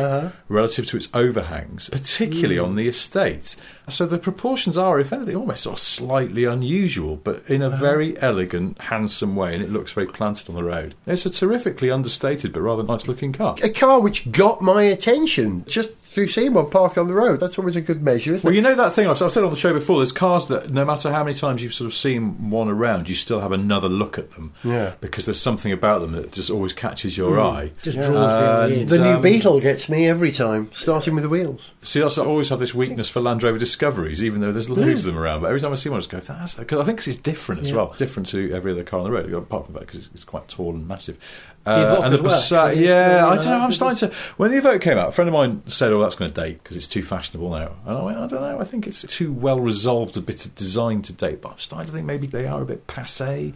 Speaker 5: relative to its overhangs, particularly on the estate. So the proportions are, if anything, almost sort of slightly unusual, but in a very elegant, handsome way, and it looks very planted on the road. It's a terrifically understated but rather nice looking car.
Speaker 1: A car which got my attention just through seeing one parked on the road. That's always a good measure, isn't
Speaker 5: Well,
Speaker 1: it?
Speaker 5: you know that thing I've, I've said on the show before. There's cars that no matter how many times you've sort of seen one around, you still have another look at them.
Speaker 1: Yeah. Mm.
Speaker 5: Because there's something about them that just always catches your eye.
Speaker 2: Just draws me in.
Speaker 1: The new
Speaker 5: um,
Speaker 1: Beetle gets me every time, starting with the wheels.
Speaker 5: See, that's, I always have this weakness for Land Rover Discoveries, even though there's loads
Speaker 1: Mm.
Speaker 5: of them around. But every time I see one, I just go, "That's." Because I think 'cause it's different as well, different to every other car on the road, apart from that because it's, it's quite tall and massive. Uh,
Speaker 2: Evoque
Speaker 5: and the
Speaker 2: as well,
Speaker 5: Passat-
Speaker 2: actually, is
Speaker 5: yeah,
Speaker 2: still,
Speaker 5: I
Speaker 2: uh,
Speaker 5: don't know. I'm
Speaker 2: this
Speaker 5: starting to. When the Evoque came out, a friend of mine said, "Oh, that's going to date because it's too fashionable now." And I went, "I don't know. I think it's too well resolved a bit of design to date, but I'm starting to think maybe they are a bit passe."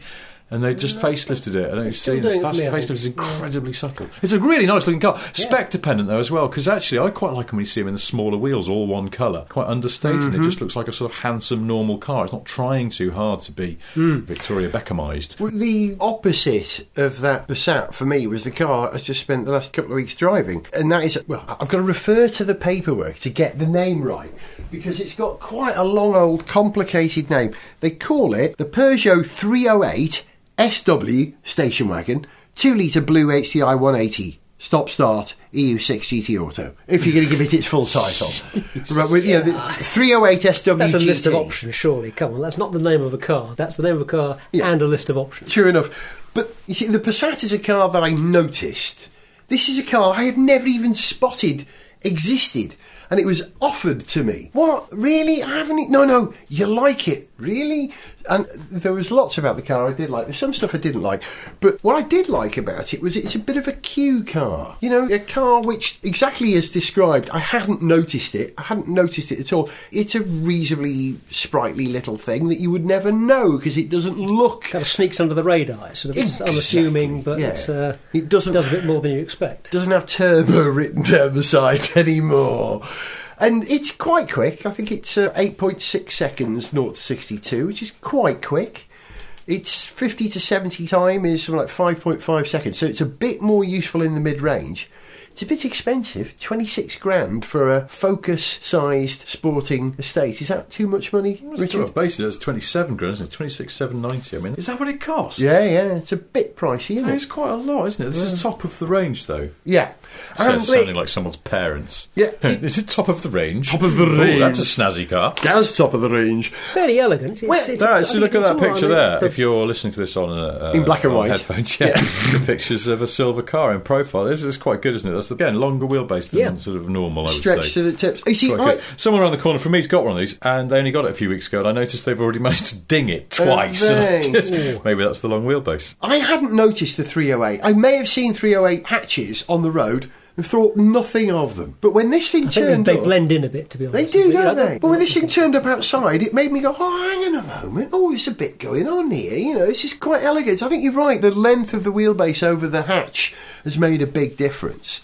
Speaker 5: And they just facelifted it. I don't
Speaker 2: still
Speaker 5: see
Speaker 2: doing it
Speaker 5: the
Speaker 2: for me, I
Speaker 5: facelift
Speaker 2: think.
Speaker 5: is incredibly subtle. It's a really nice looking car. Spec dependent though as well, because actually I quite like them when you see them in the smaller wheels, all one colour, quite understated.
Speaker 2: Mm-hmm.
Speaker 5: It just looks like a sort of handsome normal car. It's not trying too hard to be
Speaker 2: Mm.
Speaker 5: Victoria Beckhamized.
Speaker 1: Well, The opposite of that Passat for me was the car I just spent the last couple of weeks driving, and that is well, I've got to refer to the paperwork to get the name right because it's got quite a long, old, complicated name. They call it the Peugeot 308 SW station wagon, two litre blue HDI 180. Stop start E EU6 GT Auto. If you're going to give it its
Speaker 2: *laughs*
Speaker 1: full title, right? With, you know, the 308 SW.
Speaker 2: That's a list of
Speaker 1: GT.
Speaker 2: options, surely. Come on, that's not the name of a car. That's the name of a car
Speaker 1: Yeah.
Speaker 2: and a list of options.
Speaker 1: True enough. But you see, the Passat is a car that I noticed. This is a car I have never even spotted existed, and it was offered to me. What? Really? I haven't. e- No, no. You like it? Really? And there was lots about the car I did like. There's some stuff I didn't like, but what I did like about it was it's a bit of a Q car. You know, a car which exactly as described, I hadn't noticed it. I hadn't noticed it at all. It's a reasonably sprightly little thing that you would never know because it doesn't look
Speaker 2: Kind of sneaks under the radar. It's sort of it's
Speaker 1: Exactly,
Speaker 2: unassuming, but
Speaker 1: yeah.
Speaker 2: it's, uh,
Speaker 1: It doesn't-
Speaker 2: does a bit more than you expect.
Speaker 1: doesn't have turbo *laughs* written down the side anymore. And it's quite quick. I think it's uh, 8.6 seconds, 0 to 62, which is quite quick. It's 50 to 70 time is something like 5.5 seconds, so it's a bit more useful in the mid range. It's a bit expensive, 26 grand for a Focus sized sporting estate. Is that too much money, Richard?
Speaker 5: Basically, that's 27 grand, isn't it? 26790. I mean, is that what it costs?
Speaker 1: Yeah, yeah, it's a bit pricey, isn't
Speaker 5: It's
Speaker 1: it?
Speaker 5: quite a lot, isn't it? This is top of the range, though.
Speaker 1: Yeah.
Speaker 5: Instead of
Speaker 1: And
Speaker 5: sounding like someone's parents.
Speaker 1: Yeah.
Speaker 5: *laughs* this is top of the range.
Speaker 1: Top of the
Speaker 5: Ooh,
Speaker 1: range.
Speaker 5: that's a snazzy car.
Speaker 1: Gaz top of the range.
Speaker 2: Fairly elegant. It's,
Speaker 1: Well,
Speaker 2: it's,
Speaker 5: No,
Speaker 2: it's- I
Speaker 5: so
Speaker 2: think
Speaker 5: look at
Speaker 2: it's
Speaker 5: that
Speaker 2: all right.
Speaker 5: picture
Speaker 2: I mean,
Speaker 5: there.
Speaker 2: the-
Speaker 5: If you're listening to this on uh,
Speaker 1: In black and
Speaker 5: on
Speaker 1: white.
Speaker 5: headphones, yeah, *laughs* the pictures of a silver car in profile. This is quite good, isn't it? That's again longer wheelbase than
Speaker 2: Yeah.
Speaker 5: sort of normal. I would
Speaker 1: Stretch
Speaker 5: say.
Speaker 1: to the tips. You see,
Speaker 5: Quite
Speaker 1: I,
Speaker 5: good. Someone around the corner from me's got one of these, and they only got it a few weeks ago. And I noticed they've already *laughs* managed to ding it twice.
Speaker 1: they?
Speaker 5: And I just-
Speaker 1: Ooh.
Speaker 5: maybe that's the long wheelbase.
Speaker 1: I hadn't noticed the 308. I may have seen 308 hatches on the road and thought nothing of them. But when this thing
Speaker 2: I think
Speaker 1: turned
Speaker 2: they, they
Speaker 1: up,
Speaker 2: blend in a bit, to be
Speaker 1: they
Speaker 2: honest. uh,
Speaker 1: do,
Speaker 2: with you. I
Speaker 1: don't they?
Speaker 2: don't-
Speaker 1: But when this thing turned up outside, it made me go, oh, hang on a moment. Oh, there's a bit going on here. You know, this is quite elegant. I think you're right. The length of the wheelbase over the hatch has made a big difference.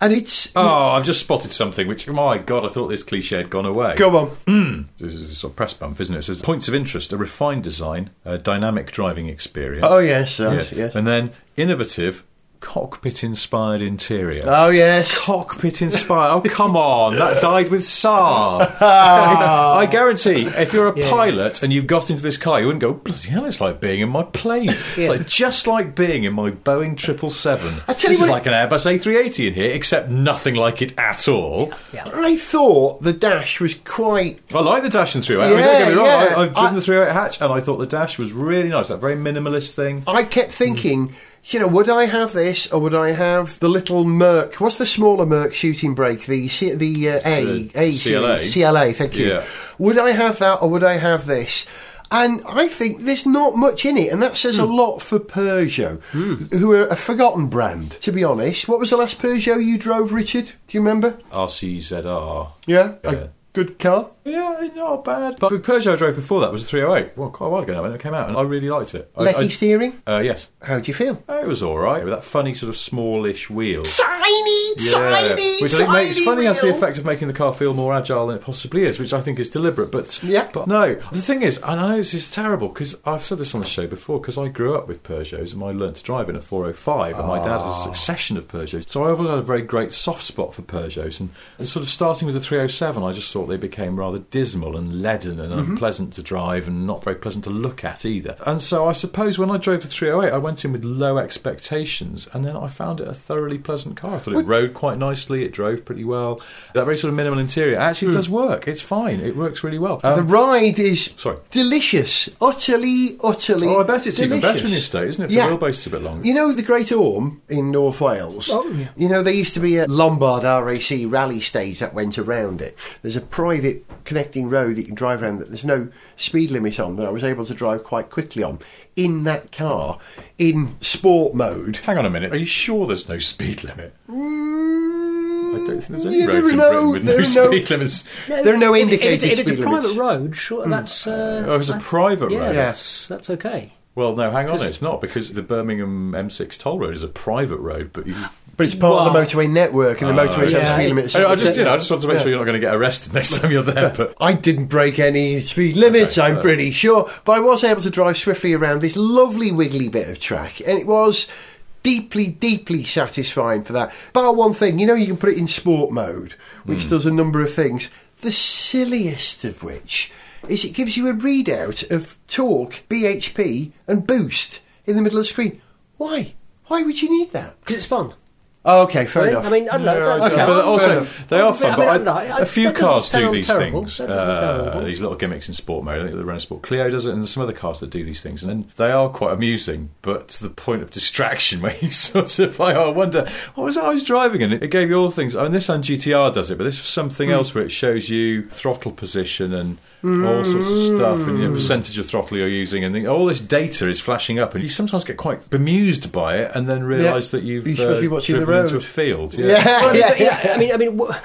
Speaker 1: And it's.
Speaker 5: Oh, I've just spotted something which, oh my God, I thought this cliche had gone away.
Speaker 1: Come on.
Speaker 5: This is a sort of press bump, isn't it? It says points of interest, a refined design, a dynamic driving experience.
Speaker 1: Oh, yes, yes,
Speaker 5: Yeah.
Speaker 1: yes.
Speaker 5: And then innovative, cockpit inspired interior.
Speaker 1: Oh, yes.
Speaker 5: cockpit inspired. Oh, come on.
Speaker 1: *laughs*
Speaker 5: That died with SAR. It's- I guarantee, if you're a pilot and you got into this car, you wouldn't go, bloody hell, it's like being in my plane. It's like just like being in my Boeing 777.
Speaker 1: I tell you
Speaker 5: this is
Speaker 1: what-
Speaker 5: like an Airbus A380 in here, except nothing like it at all.
Speaker 1: I thought the dash was quite.
Speaker 5: I like the dash and 308. I mean,
Speaker 1: Yeah,
Speaker 5: don't get me wrong,
Speaker 1: yeah.
Speaker 5: I, I've driven
Speaker 1: I-
Speaker 5: the 308 hatch and I thought the dash was really nice. That very minimalist thing.
Speaker 1: I kept thinking, you know, would I have this or would I have the little Merc? What's the smaller Merc shooting brake? The C- the uh, A
Speaker 5: The
Speaker 1: A
Speaker 5: CLA.
Speaker 1: series. CLA. Thank you.
Speaker 5: Yeah.
Speaker 1: Would I have that or would I have this? And I think there's not much in it, and that says a
Speaker 5: Hmm.
Speaker 1: lot for Peugeot, who are a forgotten brand, to be honest. What was the last Peugeot you drove, Richard? Do you remember?
Speaker 5: RCZR.
Speaker 1: Yeah,
Speaker 5: Yeah.
Speaker 1: a good car.
Speaker 5: Yeah, not bad. But the Peugeot I drove before that was a 308. Well, quite a while ago now when it came out, and I really liked it. I,
Speaker 1: Lecky
Speaker 5: I-
Speaker 1: steering.
Speaker 5: uh, yes.
Speaker 1: How do you feel?
Speaker 5: Oh, It was all right with that funny sort of smallish wheel.
Speaker 1: Tiny, tiny,
Speaker 5: which I think
Speaker 1: tiny.
Speaker 5: makes funny has the
Speaker 1: wheel.
Speaker 5: effect of making the car feel more agile than it possibly is, which I think is deliberate. But
Speaker 1: Yeah.
Speaker 5: but no, the thing is, and I know this is terrible because I've said this on the show before because I grew up with Peugeots and I learnt to drive in a 405, and my dad had a succession of Peugeots, so I always had a very great soft spot for Peugeots. And, and sort of starting with the 307, I just thought they became rather dismal and leaden and unpleasant to drive and not very pleasant to look at either. And so I suppose when I drove the 308, I went in with low expectations, and then I found it a thoroughly pleasant car. I thought it rode quite nicely, it drove pretty well. That very sort of minimal interior actually does work. It's fine. It works really well. Um,
Speaker 1: The ride is
Speaker 5: Sorry.
Speaker 1: delicious, utterly, utterly.
Speaker 5: Oh, I bet it's even
Speaker 1: delicious.
Speaker 5: better in the estate, isn't it? If
Speaker 1: Yeah.
Speaker 5: The wheelbase is a bit longer.
Speaker 1: You know the Great Orme in North Wales.
Speaker 2: Oh, yeah.
Speaker 1: You know there used to be a Lombard RAC rally stage that went around it. There's a private connecting road that you can drive around that there's no speed limit on, but I was able to drive quite quickly on in that car in sport mode.
Speaker 5: Hang on a minute. Are you sure there's no speed limit? I don't think there's any
Speaker 1: Yeah, there
Speaker 5: roads
Speaker 1: are
Speaker 5: in
Speaker 1: no-
Speaker 5: Britain with
Speaker 1: there
Speaker 5: no
Speaker 1: are no-
Speaker 5: speed limits.
Speaker 1: There are no
Speaker 2: If- if it's-
Speaker 1: indicated
Speaker 2: If it's,
Speaker 1: speed
Speaker 2: a private
Speaker 1: limits.
Speaker 2: road, sure, that's. Uh,
Speaker 5: Oh, if it's a
Speaker 2: that-
Speaker 5: private
Speaker 2: yeah,
Speaker 5: road.
Speaker 2: That's, that's okay.
Speaker 5: Well, no, hang on, it's not because the Birmingham M6 toll road is a private road, but you.
Speaker 1: But it's part of the
Speaker 2: Wow.
Speaker 1: motorway network, and the motorway
Speaker 2: yeah.
Speaker 1: has speed
Speaker 2: It's-
Speaker 1: limits.
Speaker 5: I, I just did. I just want to make
Speaker 1: Yeah.
Speaker 5: sure you're not going to get arrested next time you're there. But
Speaker 1: I didn't break any speed limits, I'm pretty sure, but I was able to drive swiftly around this lovely wiggly bit of track, and it was deeply, deeply satisfying for that. Bar one thing, you know, you can put it in sport mode, which
Speaker 2: Hmm.
Speaker 1: does a number of things. The silliest of which is it gives you a readout of torque, BHP, and boost in the middle of the screen. Why? Why would you need that?
Speaker 2: Because it's fun.
Speaker 1: Oh, okay, fair
Speaker 2: Right?
Speaker 1: enough.
Speaker 2: I
Speaker 1: *laughs*
Speaker 2: mean, I don't know.
Speaker 5: Yeah, I
Speaker 2: that's
Speaker 5: see.
Speaker 1: okay.
Speaker 2: fun.
Speaker 5: uh, but
Speaker 1: fair
Speaker 5: also
Speaker 1: enough.
Speaker 5: they are
Speaker 2: I
Speaker 5: fun.
Speaker 2: mean,
Speaker 5: But I,
Speaker 2: I don't know, I-
Speaker 5: a few
Speaker 2: that doesn't
Speaker 5: cars do
Speaker 2: sound
Speaker 5: these
Speaker 2: terrible.
Speaker 5: things.
Speaker 2: That doesn't sound
Speaker 5: uh,
Speaker 2: awful.
Speaker 5: these little gimmicks in sport mode. I think the Renault Sport Clio does it, and some other cars that do these things, and then they are quite amusing. But to the point of distraction, *laughs* where you sort of like, oh, I wonder what was it I was driving, and it, it gave you all things. I mean, this and GTR does it, but this was something else where it shows you throttle position and.
Speaker 3: Mm.
Speaker 5: All sorts of stuff, and you know, percentage of throttle you're using, and the, all this data is flashing up, and you sometimes get quite bemused by it, and then realise that you've uh,
Speaker 1: You're supposed to be watching the
Speaker 5: driven into a
Speaker 1: road.
Speaker 5: field.
Speaker 1: Yeah, yeah,
Speaker 2: But yeah, I mean, I mean, wh-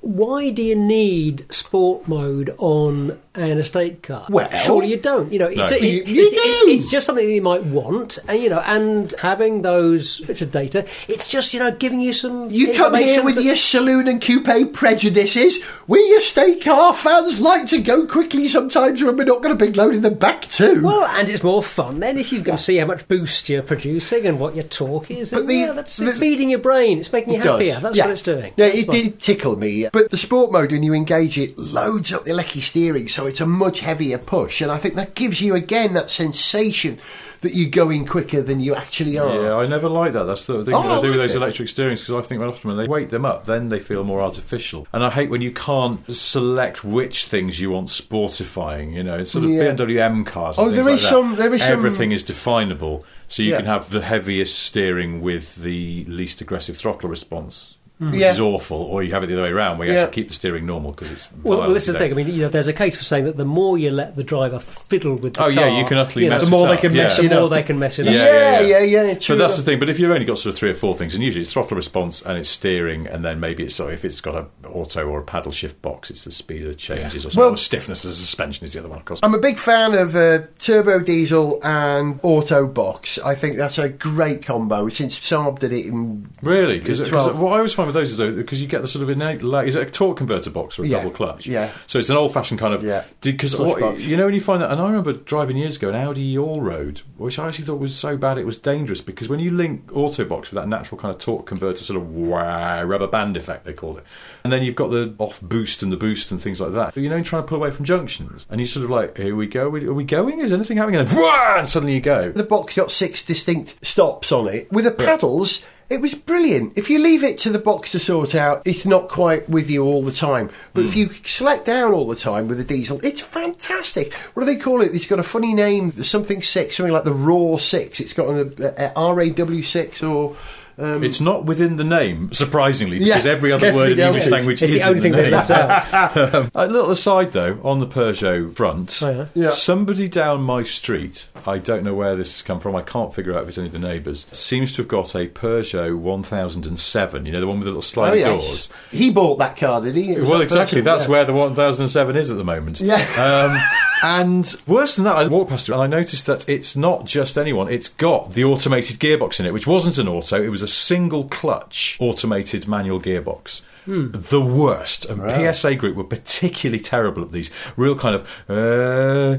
Speaker 2: why do you need sport mode on an estate car?
Speaker 1: Well-
Speaker 2: surely you don't. You know, it's,
Speaker 5: No.
Speaker 2: it-
Speaker 1: You-
Speaker 2: it-
Speaker 1: you
Speaker 2: it's- it-
Speaker 1: do.
Speaker 2: it's just something that you might want, and you know, and having those bits of data, it's just you know giving you some.
Speaker 1: You come here
Speaker 2: information
Speaker 1: with
Speaker 2: that-
Speaker 1: your saloon and coupe prejudices. We estate car fans like to go quickly sometimes when we're not got a big load in the back too.
Speaker 2: Well, and it's more fun then if you can see how much boost you're producing and what your torque is.
Speaker 1: But
Speaker 2: and
Speaker 1: the-
Speaker 2: yeah, that's, it's
Speaker 1: the-
Speaker 2: feeding your brain. It's making you
Speaker 1: It does.
Speaker 2: happier. That's
Speaker 1: Yeah.
Speaker 2: what it's doing.
Speaker 1: Yeah,
Speaker 2: It's
Speaker 1: it
Speaker 2: fun.
Speaker 1: did tickle me. But the sport mode, when you engage it, loads up the lecky steering, so it's a much heavier push. And I think that gives you again that sensation that you're going quicker than you actually are.
Speaker 5: Yeah, I never like that. That's the thing
Speaker 1: Oh,
Speaker 5: that I do with
Speaker 1: okay.
Speaker 5: those electric steerings because I think when often when they weight them up, then they feel more artificial. And I hate when you can't select which things you want sportifying. You know, it's sort of
Speaker 1: Yeah.
Speaker 5: BMW M cars. And
Speaker 1: Oh,
Speaker 5: things
Speaker 1: there
Speaker 5: like
Speaker 1: is
Speaker 5: that.
Speaker 1: some- there is some-
Speaker 5: Everything is definable, so you
Speaker 1: Yeah.
Speaker 5: can have the heaviest steering with the least aggressive throttle response. Which
Speaker 1: Yeah.
Speaker 5: is awful, or you have it the other way around, where you
Speaker 1: Yeah.
Speaker 5: actually keep the steering normal because it's.
Speaker 2: Well, well,
Speaker 5: violent,
Speaker 2: this is the
Speaker 5: you know.
Speaker 2: thing. I mean, you know, there's a case for saying that the more you let the driver fiddle with the
Speaker 5: Oh
Speaker 2: car,
Speaker 5: yeah, you can utterly
Speaker 2: you know,
Speaker 5: mess
Speaker 1: the more
Speaker 5: it
Speaker 1: they
Speaker 5: up,
Speaker 1: can
Speaker 5: yeah.
Speaker 1: mess
Speaker 2: the
Speaker 1: it up.
Speaker 2: more they can mess it up.
Speaker 5: Yeah,
Speaker 1: yeah,
Speaker 5: yeah,
Speaker 1: yeah,
Speaker 5: yeah.
Speaker 1: yeah, true.
Speaker 5: But that's the thing. But if you've only got sort of three or four things, and usually it's throttle response and it's steering, and then maybe it's so if it's got a, auto or a paddle shift box. It's the speed of the changes or,
Speaker 1: Well- Um,
Speaker 5: or stiffness of the suspension is the other one, of course.
Speaker 1: I'm a big fan of uh, turbo diesel and auto box. I think that's a great combo since Saab did it in
Speaker 5: Really? Because
Speaker 1: It's well-
Speaker 5: what I always find with those is though, because you get the sort of innate la Is it a torque converter box or a
Speaker 1: Yeah,
Speaker 5: double clutch?
Speaker 1: yeah.
Speaker 5: So it's an old-fashioned kind of.
Speaker 1: Yeah,
Speaker 5: Because
Speaker 1: clutch box.
Speaker 5: you know *laughs* when you find that, and I remember driving years ago an Audi Allroad, which I actually thought was so bad it was dangerous because when you link Autobox with that natural kind of torque converter sort of wah, rubber band effect they called it, and then you've got the off boost and the boost and things like that. You know, you're trying to pull away from junctions, and you sort of like, here we go, are we, are we going? Is anything happening? And, then, wah, and suddenly you go.
Speaker 1: the box got six distinct stops on it. With the paddles, it was brilliant. If you leave it to the box to sort out, it's not quite with you all the time. But
Speaker 5: Hmm.
Speaker 1: if you select down all the time with the diesel, it's fantastic. What do they call it? It's got a funny name, something six, something like the Raw Six. It's got an uh, uh, RAW six or. Um,
Speaker 5: It's not within the name, surprisingly,
Speaker 1: *laughs*
Speaker 5: because
Speaker 1: Yeah.
Speaker 5: every other word in the
Speaker 1: Yeah,
Speaker 5: English
Speaker 1: it's-
Speaker 5: language
Speaker 2: It's
Speaker 5: is
Speaker 2: the only
Speaker 5: in
Speaker 2: thing
Speaker 5: the
Speaker 2: they
Speaker 5: name.
Speaker 2: left out.
Speaker 5: *laughs* A little aside though, on the Peugeot front,
Speaker 2: Oh, yeah.
Speaker 1: Yeah.
Speaker 5: somebody down my street, I don't know where this has come from, I can't figure out if it's any of the neighbours, seems to have got a Peugeot 1007, you know, the one with the little
Speaker 1: Oh,
Speaker 5: sliding
Speaker 1: yes.
Speaker 5: doors.
Speaker 1: He bought that car, did he? It was
Speaker 5: Well,
Speaker 1: that
Speaker 5: exactly,
Speaker 1: person,
Speaker 5: that's
Speaker 1: yeah.
Speaker 5: where the 1007 is at the moment.
Speaker 1: Yeah.
Speaker 5: Um, and worse than that, I walked past it and I noticed that it's not just anyone, it's got the automated gearbox in it, which wasn't an auto, it was a single clutch automated manual gearbox. The worst. And PSA Group were particularly terrible at these real kind of uh,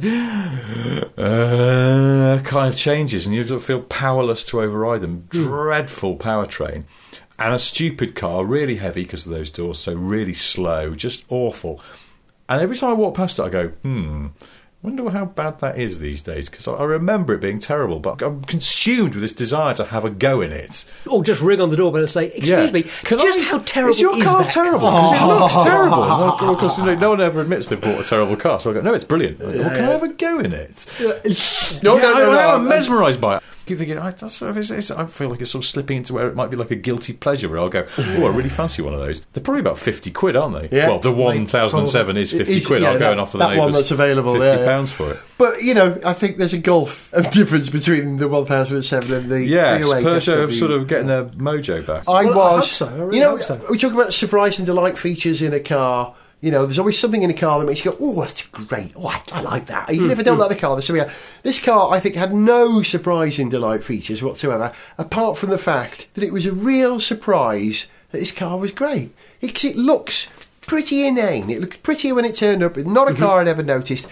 Speaker 5: uh, kind of changes, and you sort of feel powerless to override them. Dreadful powertrain and a stupid car, really heavy because of those doors, so really slow, just awful. And every time I walk past it, I go, hmm, wonder how bad that is these days because I I remember it being terrible, but I'm consumed with this desire to have a go in it.
Speaker 2: Or just ring on the doorbell and say, "Excuse me,
Speaker 5: Can
Speaker 2: just
Speaker 5: I-
Speaker 2: how terrible
Speaker 5: is your
Speaker 2: is
Speaker 5: car
Speaker 2: that
Speaker 5: terrible?
Speaker 2: car?"
Speaker 5: 'Cause it looks terrible. And of course, of course, you know, no one ever admits they've bought a terrible car. So I go, no, it's brilliant. I go, well, can I have a go in it?
Speaker 1: No,
Speaker 5: Yeah,
Speaker 1: no,
Speaker 5: I,
Speaker 1: no, no.
Speaker 5: am mesmerised by it. I keep thinking, I, that's sort of, it's, it's, I feel like it's sort of slipping into where it might be like a guilty pleasure where I'll go, oh, I really fancy one of those. They're probably about 50 quid, aren't they?
Speaker 1: Yeah.
Speaker 5: Well, the 1007 is 50
Speaker 1: Is-
Speaker 5: quid.
Speaker 1: yeah,
Speaker 5: I'll go
Speaker 1: that-
Speaker 5: and offer the
Speaker 1: that one
Speaker 5: neighbours
Speaker 1: that's available,
Speaker 5: 50
Speaker 1: yeah, yeah.
Speaker 5: pounds for it.
Speaker 1: But you know, I think there's a gulf of *laughs* difference between the 1007 and the
Speaker 5: Yes,
Speaker 1: 308
Speaker 5: Peugeot have
Speaker 1: SW.
Speaker 5: sort of getting their mojo back.
Speaker 1: I
Speaker 2: Well, I
Speaker 1: was.
Speaker 2: hope so, I really
Speaker 1: you know,
Speaker 2: hope so.
Speaker 1: we talk about surprise and delight features in a car. You know, there's always something in a car that makes you go, "Oh, that's great! Oh, I, I like that."
Speaker 2: Hmm,
Speaker 1: Even if I don't like the car, there's something. Else. This car, I think, had no surprise and delight features whatsoever, apart from the fact that it was a real surprise that this car was great because it looks pretty inane. It looked prettier when it turned up. It's not a
Speaker 2: Mm-hmm.
Speaker 1: car I'd ever noticed.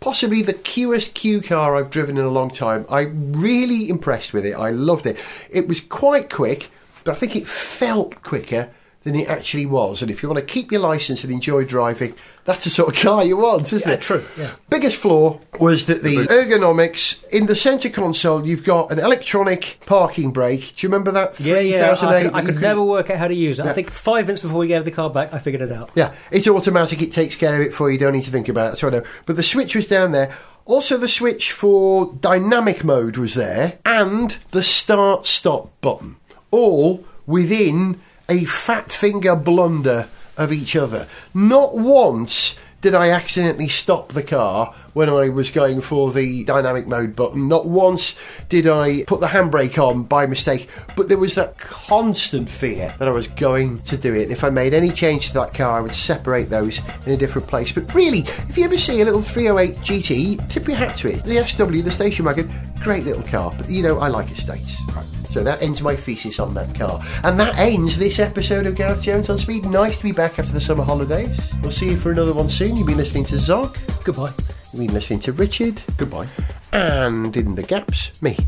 Speaker 1: Possibly the cutest Q car I've driven in a long time. I'm really impressed with it. I loved it. It was quite quick but I think it felt quicker than it actually was. And if you want to keep your license and enjoy driving, that's the sort of car you want, isn't
Speaker 2: Yeah,
Speaker 1: it?
Speaker 2: true, yeah.
Speaker 1: Biggest flaw was that the ergonomics in the centre console. You've got an electronic parking brake. Do you remember that? from
Speaker 2: Yeah, yeah. I
Speaker 1: 2008?
Speaker 2: could, I
Speaker 1: You
Speaker 2: could
Speaker 1: could-
Speaker 2: never work out how to use it.
Speaker 1: Yeah.
Speaker 2: I think five minutes before we gave the car back, I figured it out.
Speaker 1: Yeah, it's automatic. It takes care of it for you. You don't need to think about it. That's what I know. But the switch was down there. Also, the switch for dynamic mode was there, and the start stop button, all within a fat finger blunder of each other. Not once did I accidentally stop the car when I was going for the dynamic mode button. Not once did I put the handbrake on by mistake, but there was that constant fear that I was going to do it. And if I made any change to that car, I would separate those in a different place. But really, if you ever see a little 308 GT, tip your hat to it. The SW, the station wagon, great little car, but you know, I like estates. Right. So that ends my thesis on that car. And that ends this episode of Gareth Jones on Speed. Nice to be back after the summer holidays. We'll see you for another one soon. You've been listening to Zog.
Speaker 2: Goodbye.
Speaker 1: You've been listening to Richard.
Speaker 5: Goodbye.
Speaker 1: And in the gaps, me.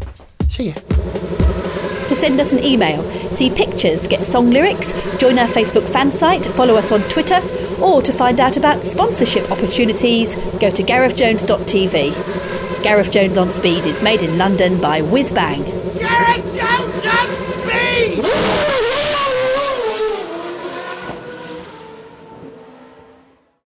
Speaker 1: See ya.
Speaker 8: to send us an email, see pictures, get song lyrics, join our Facebook fan site, follow us on Twitter, or to find out about sponsorship opportunities, go to garethjones.tv. Gareth Jones on Speed is made in London by Whizbang.
Speaker 6: Gareth Jones on speed!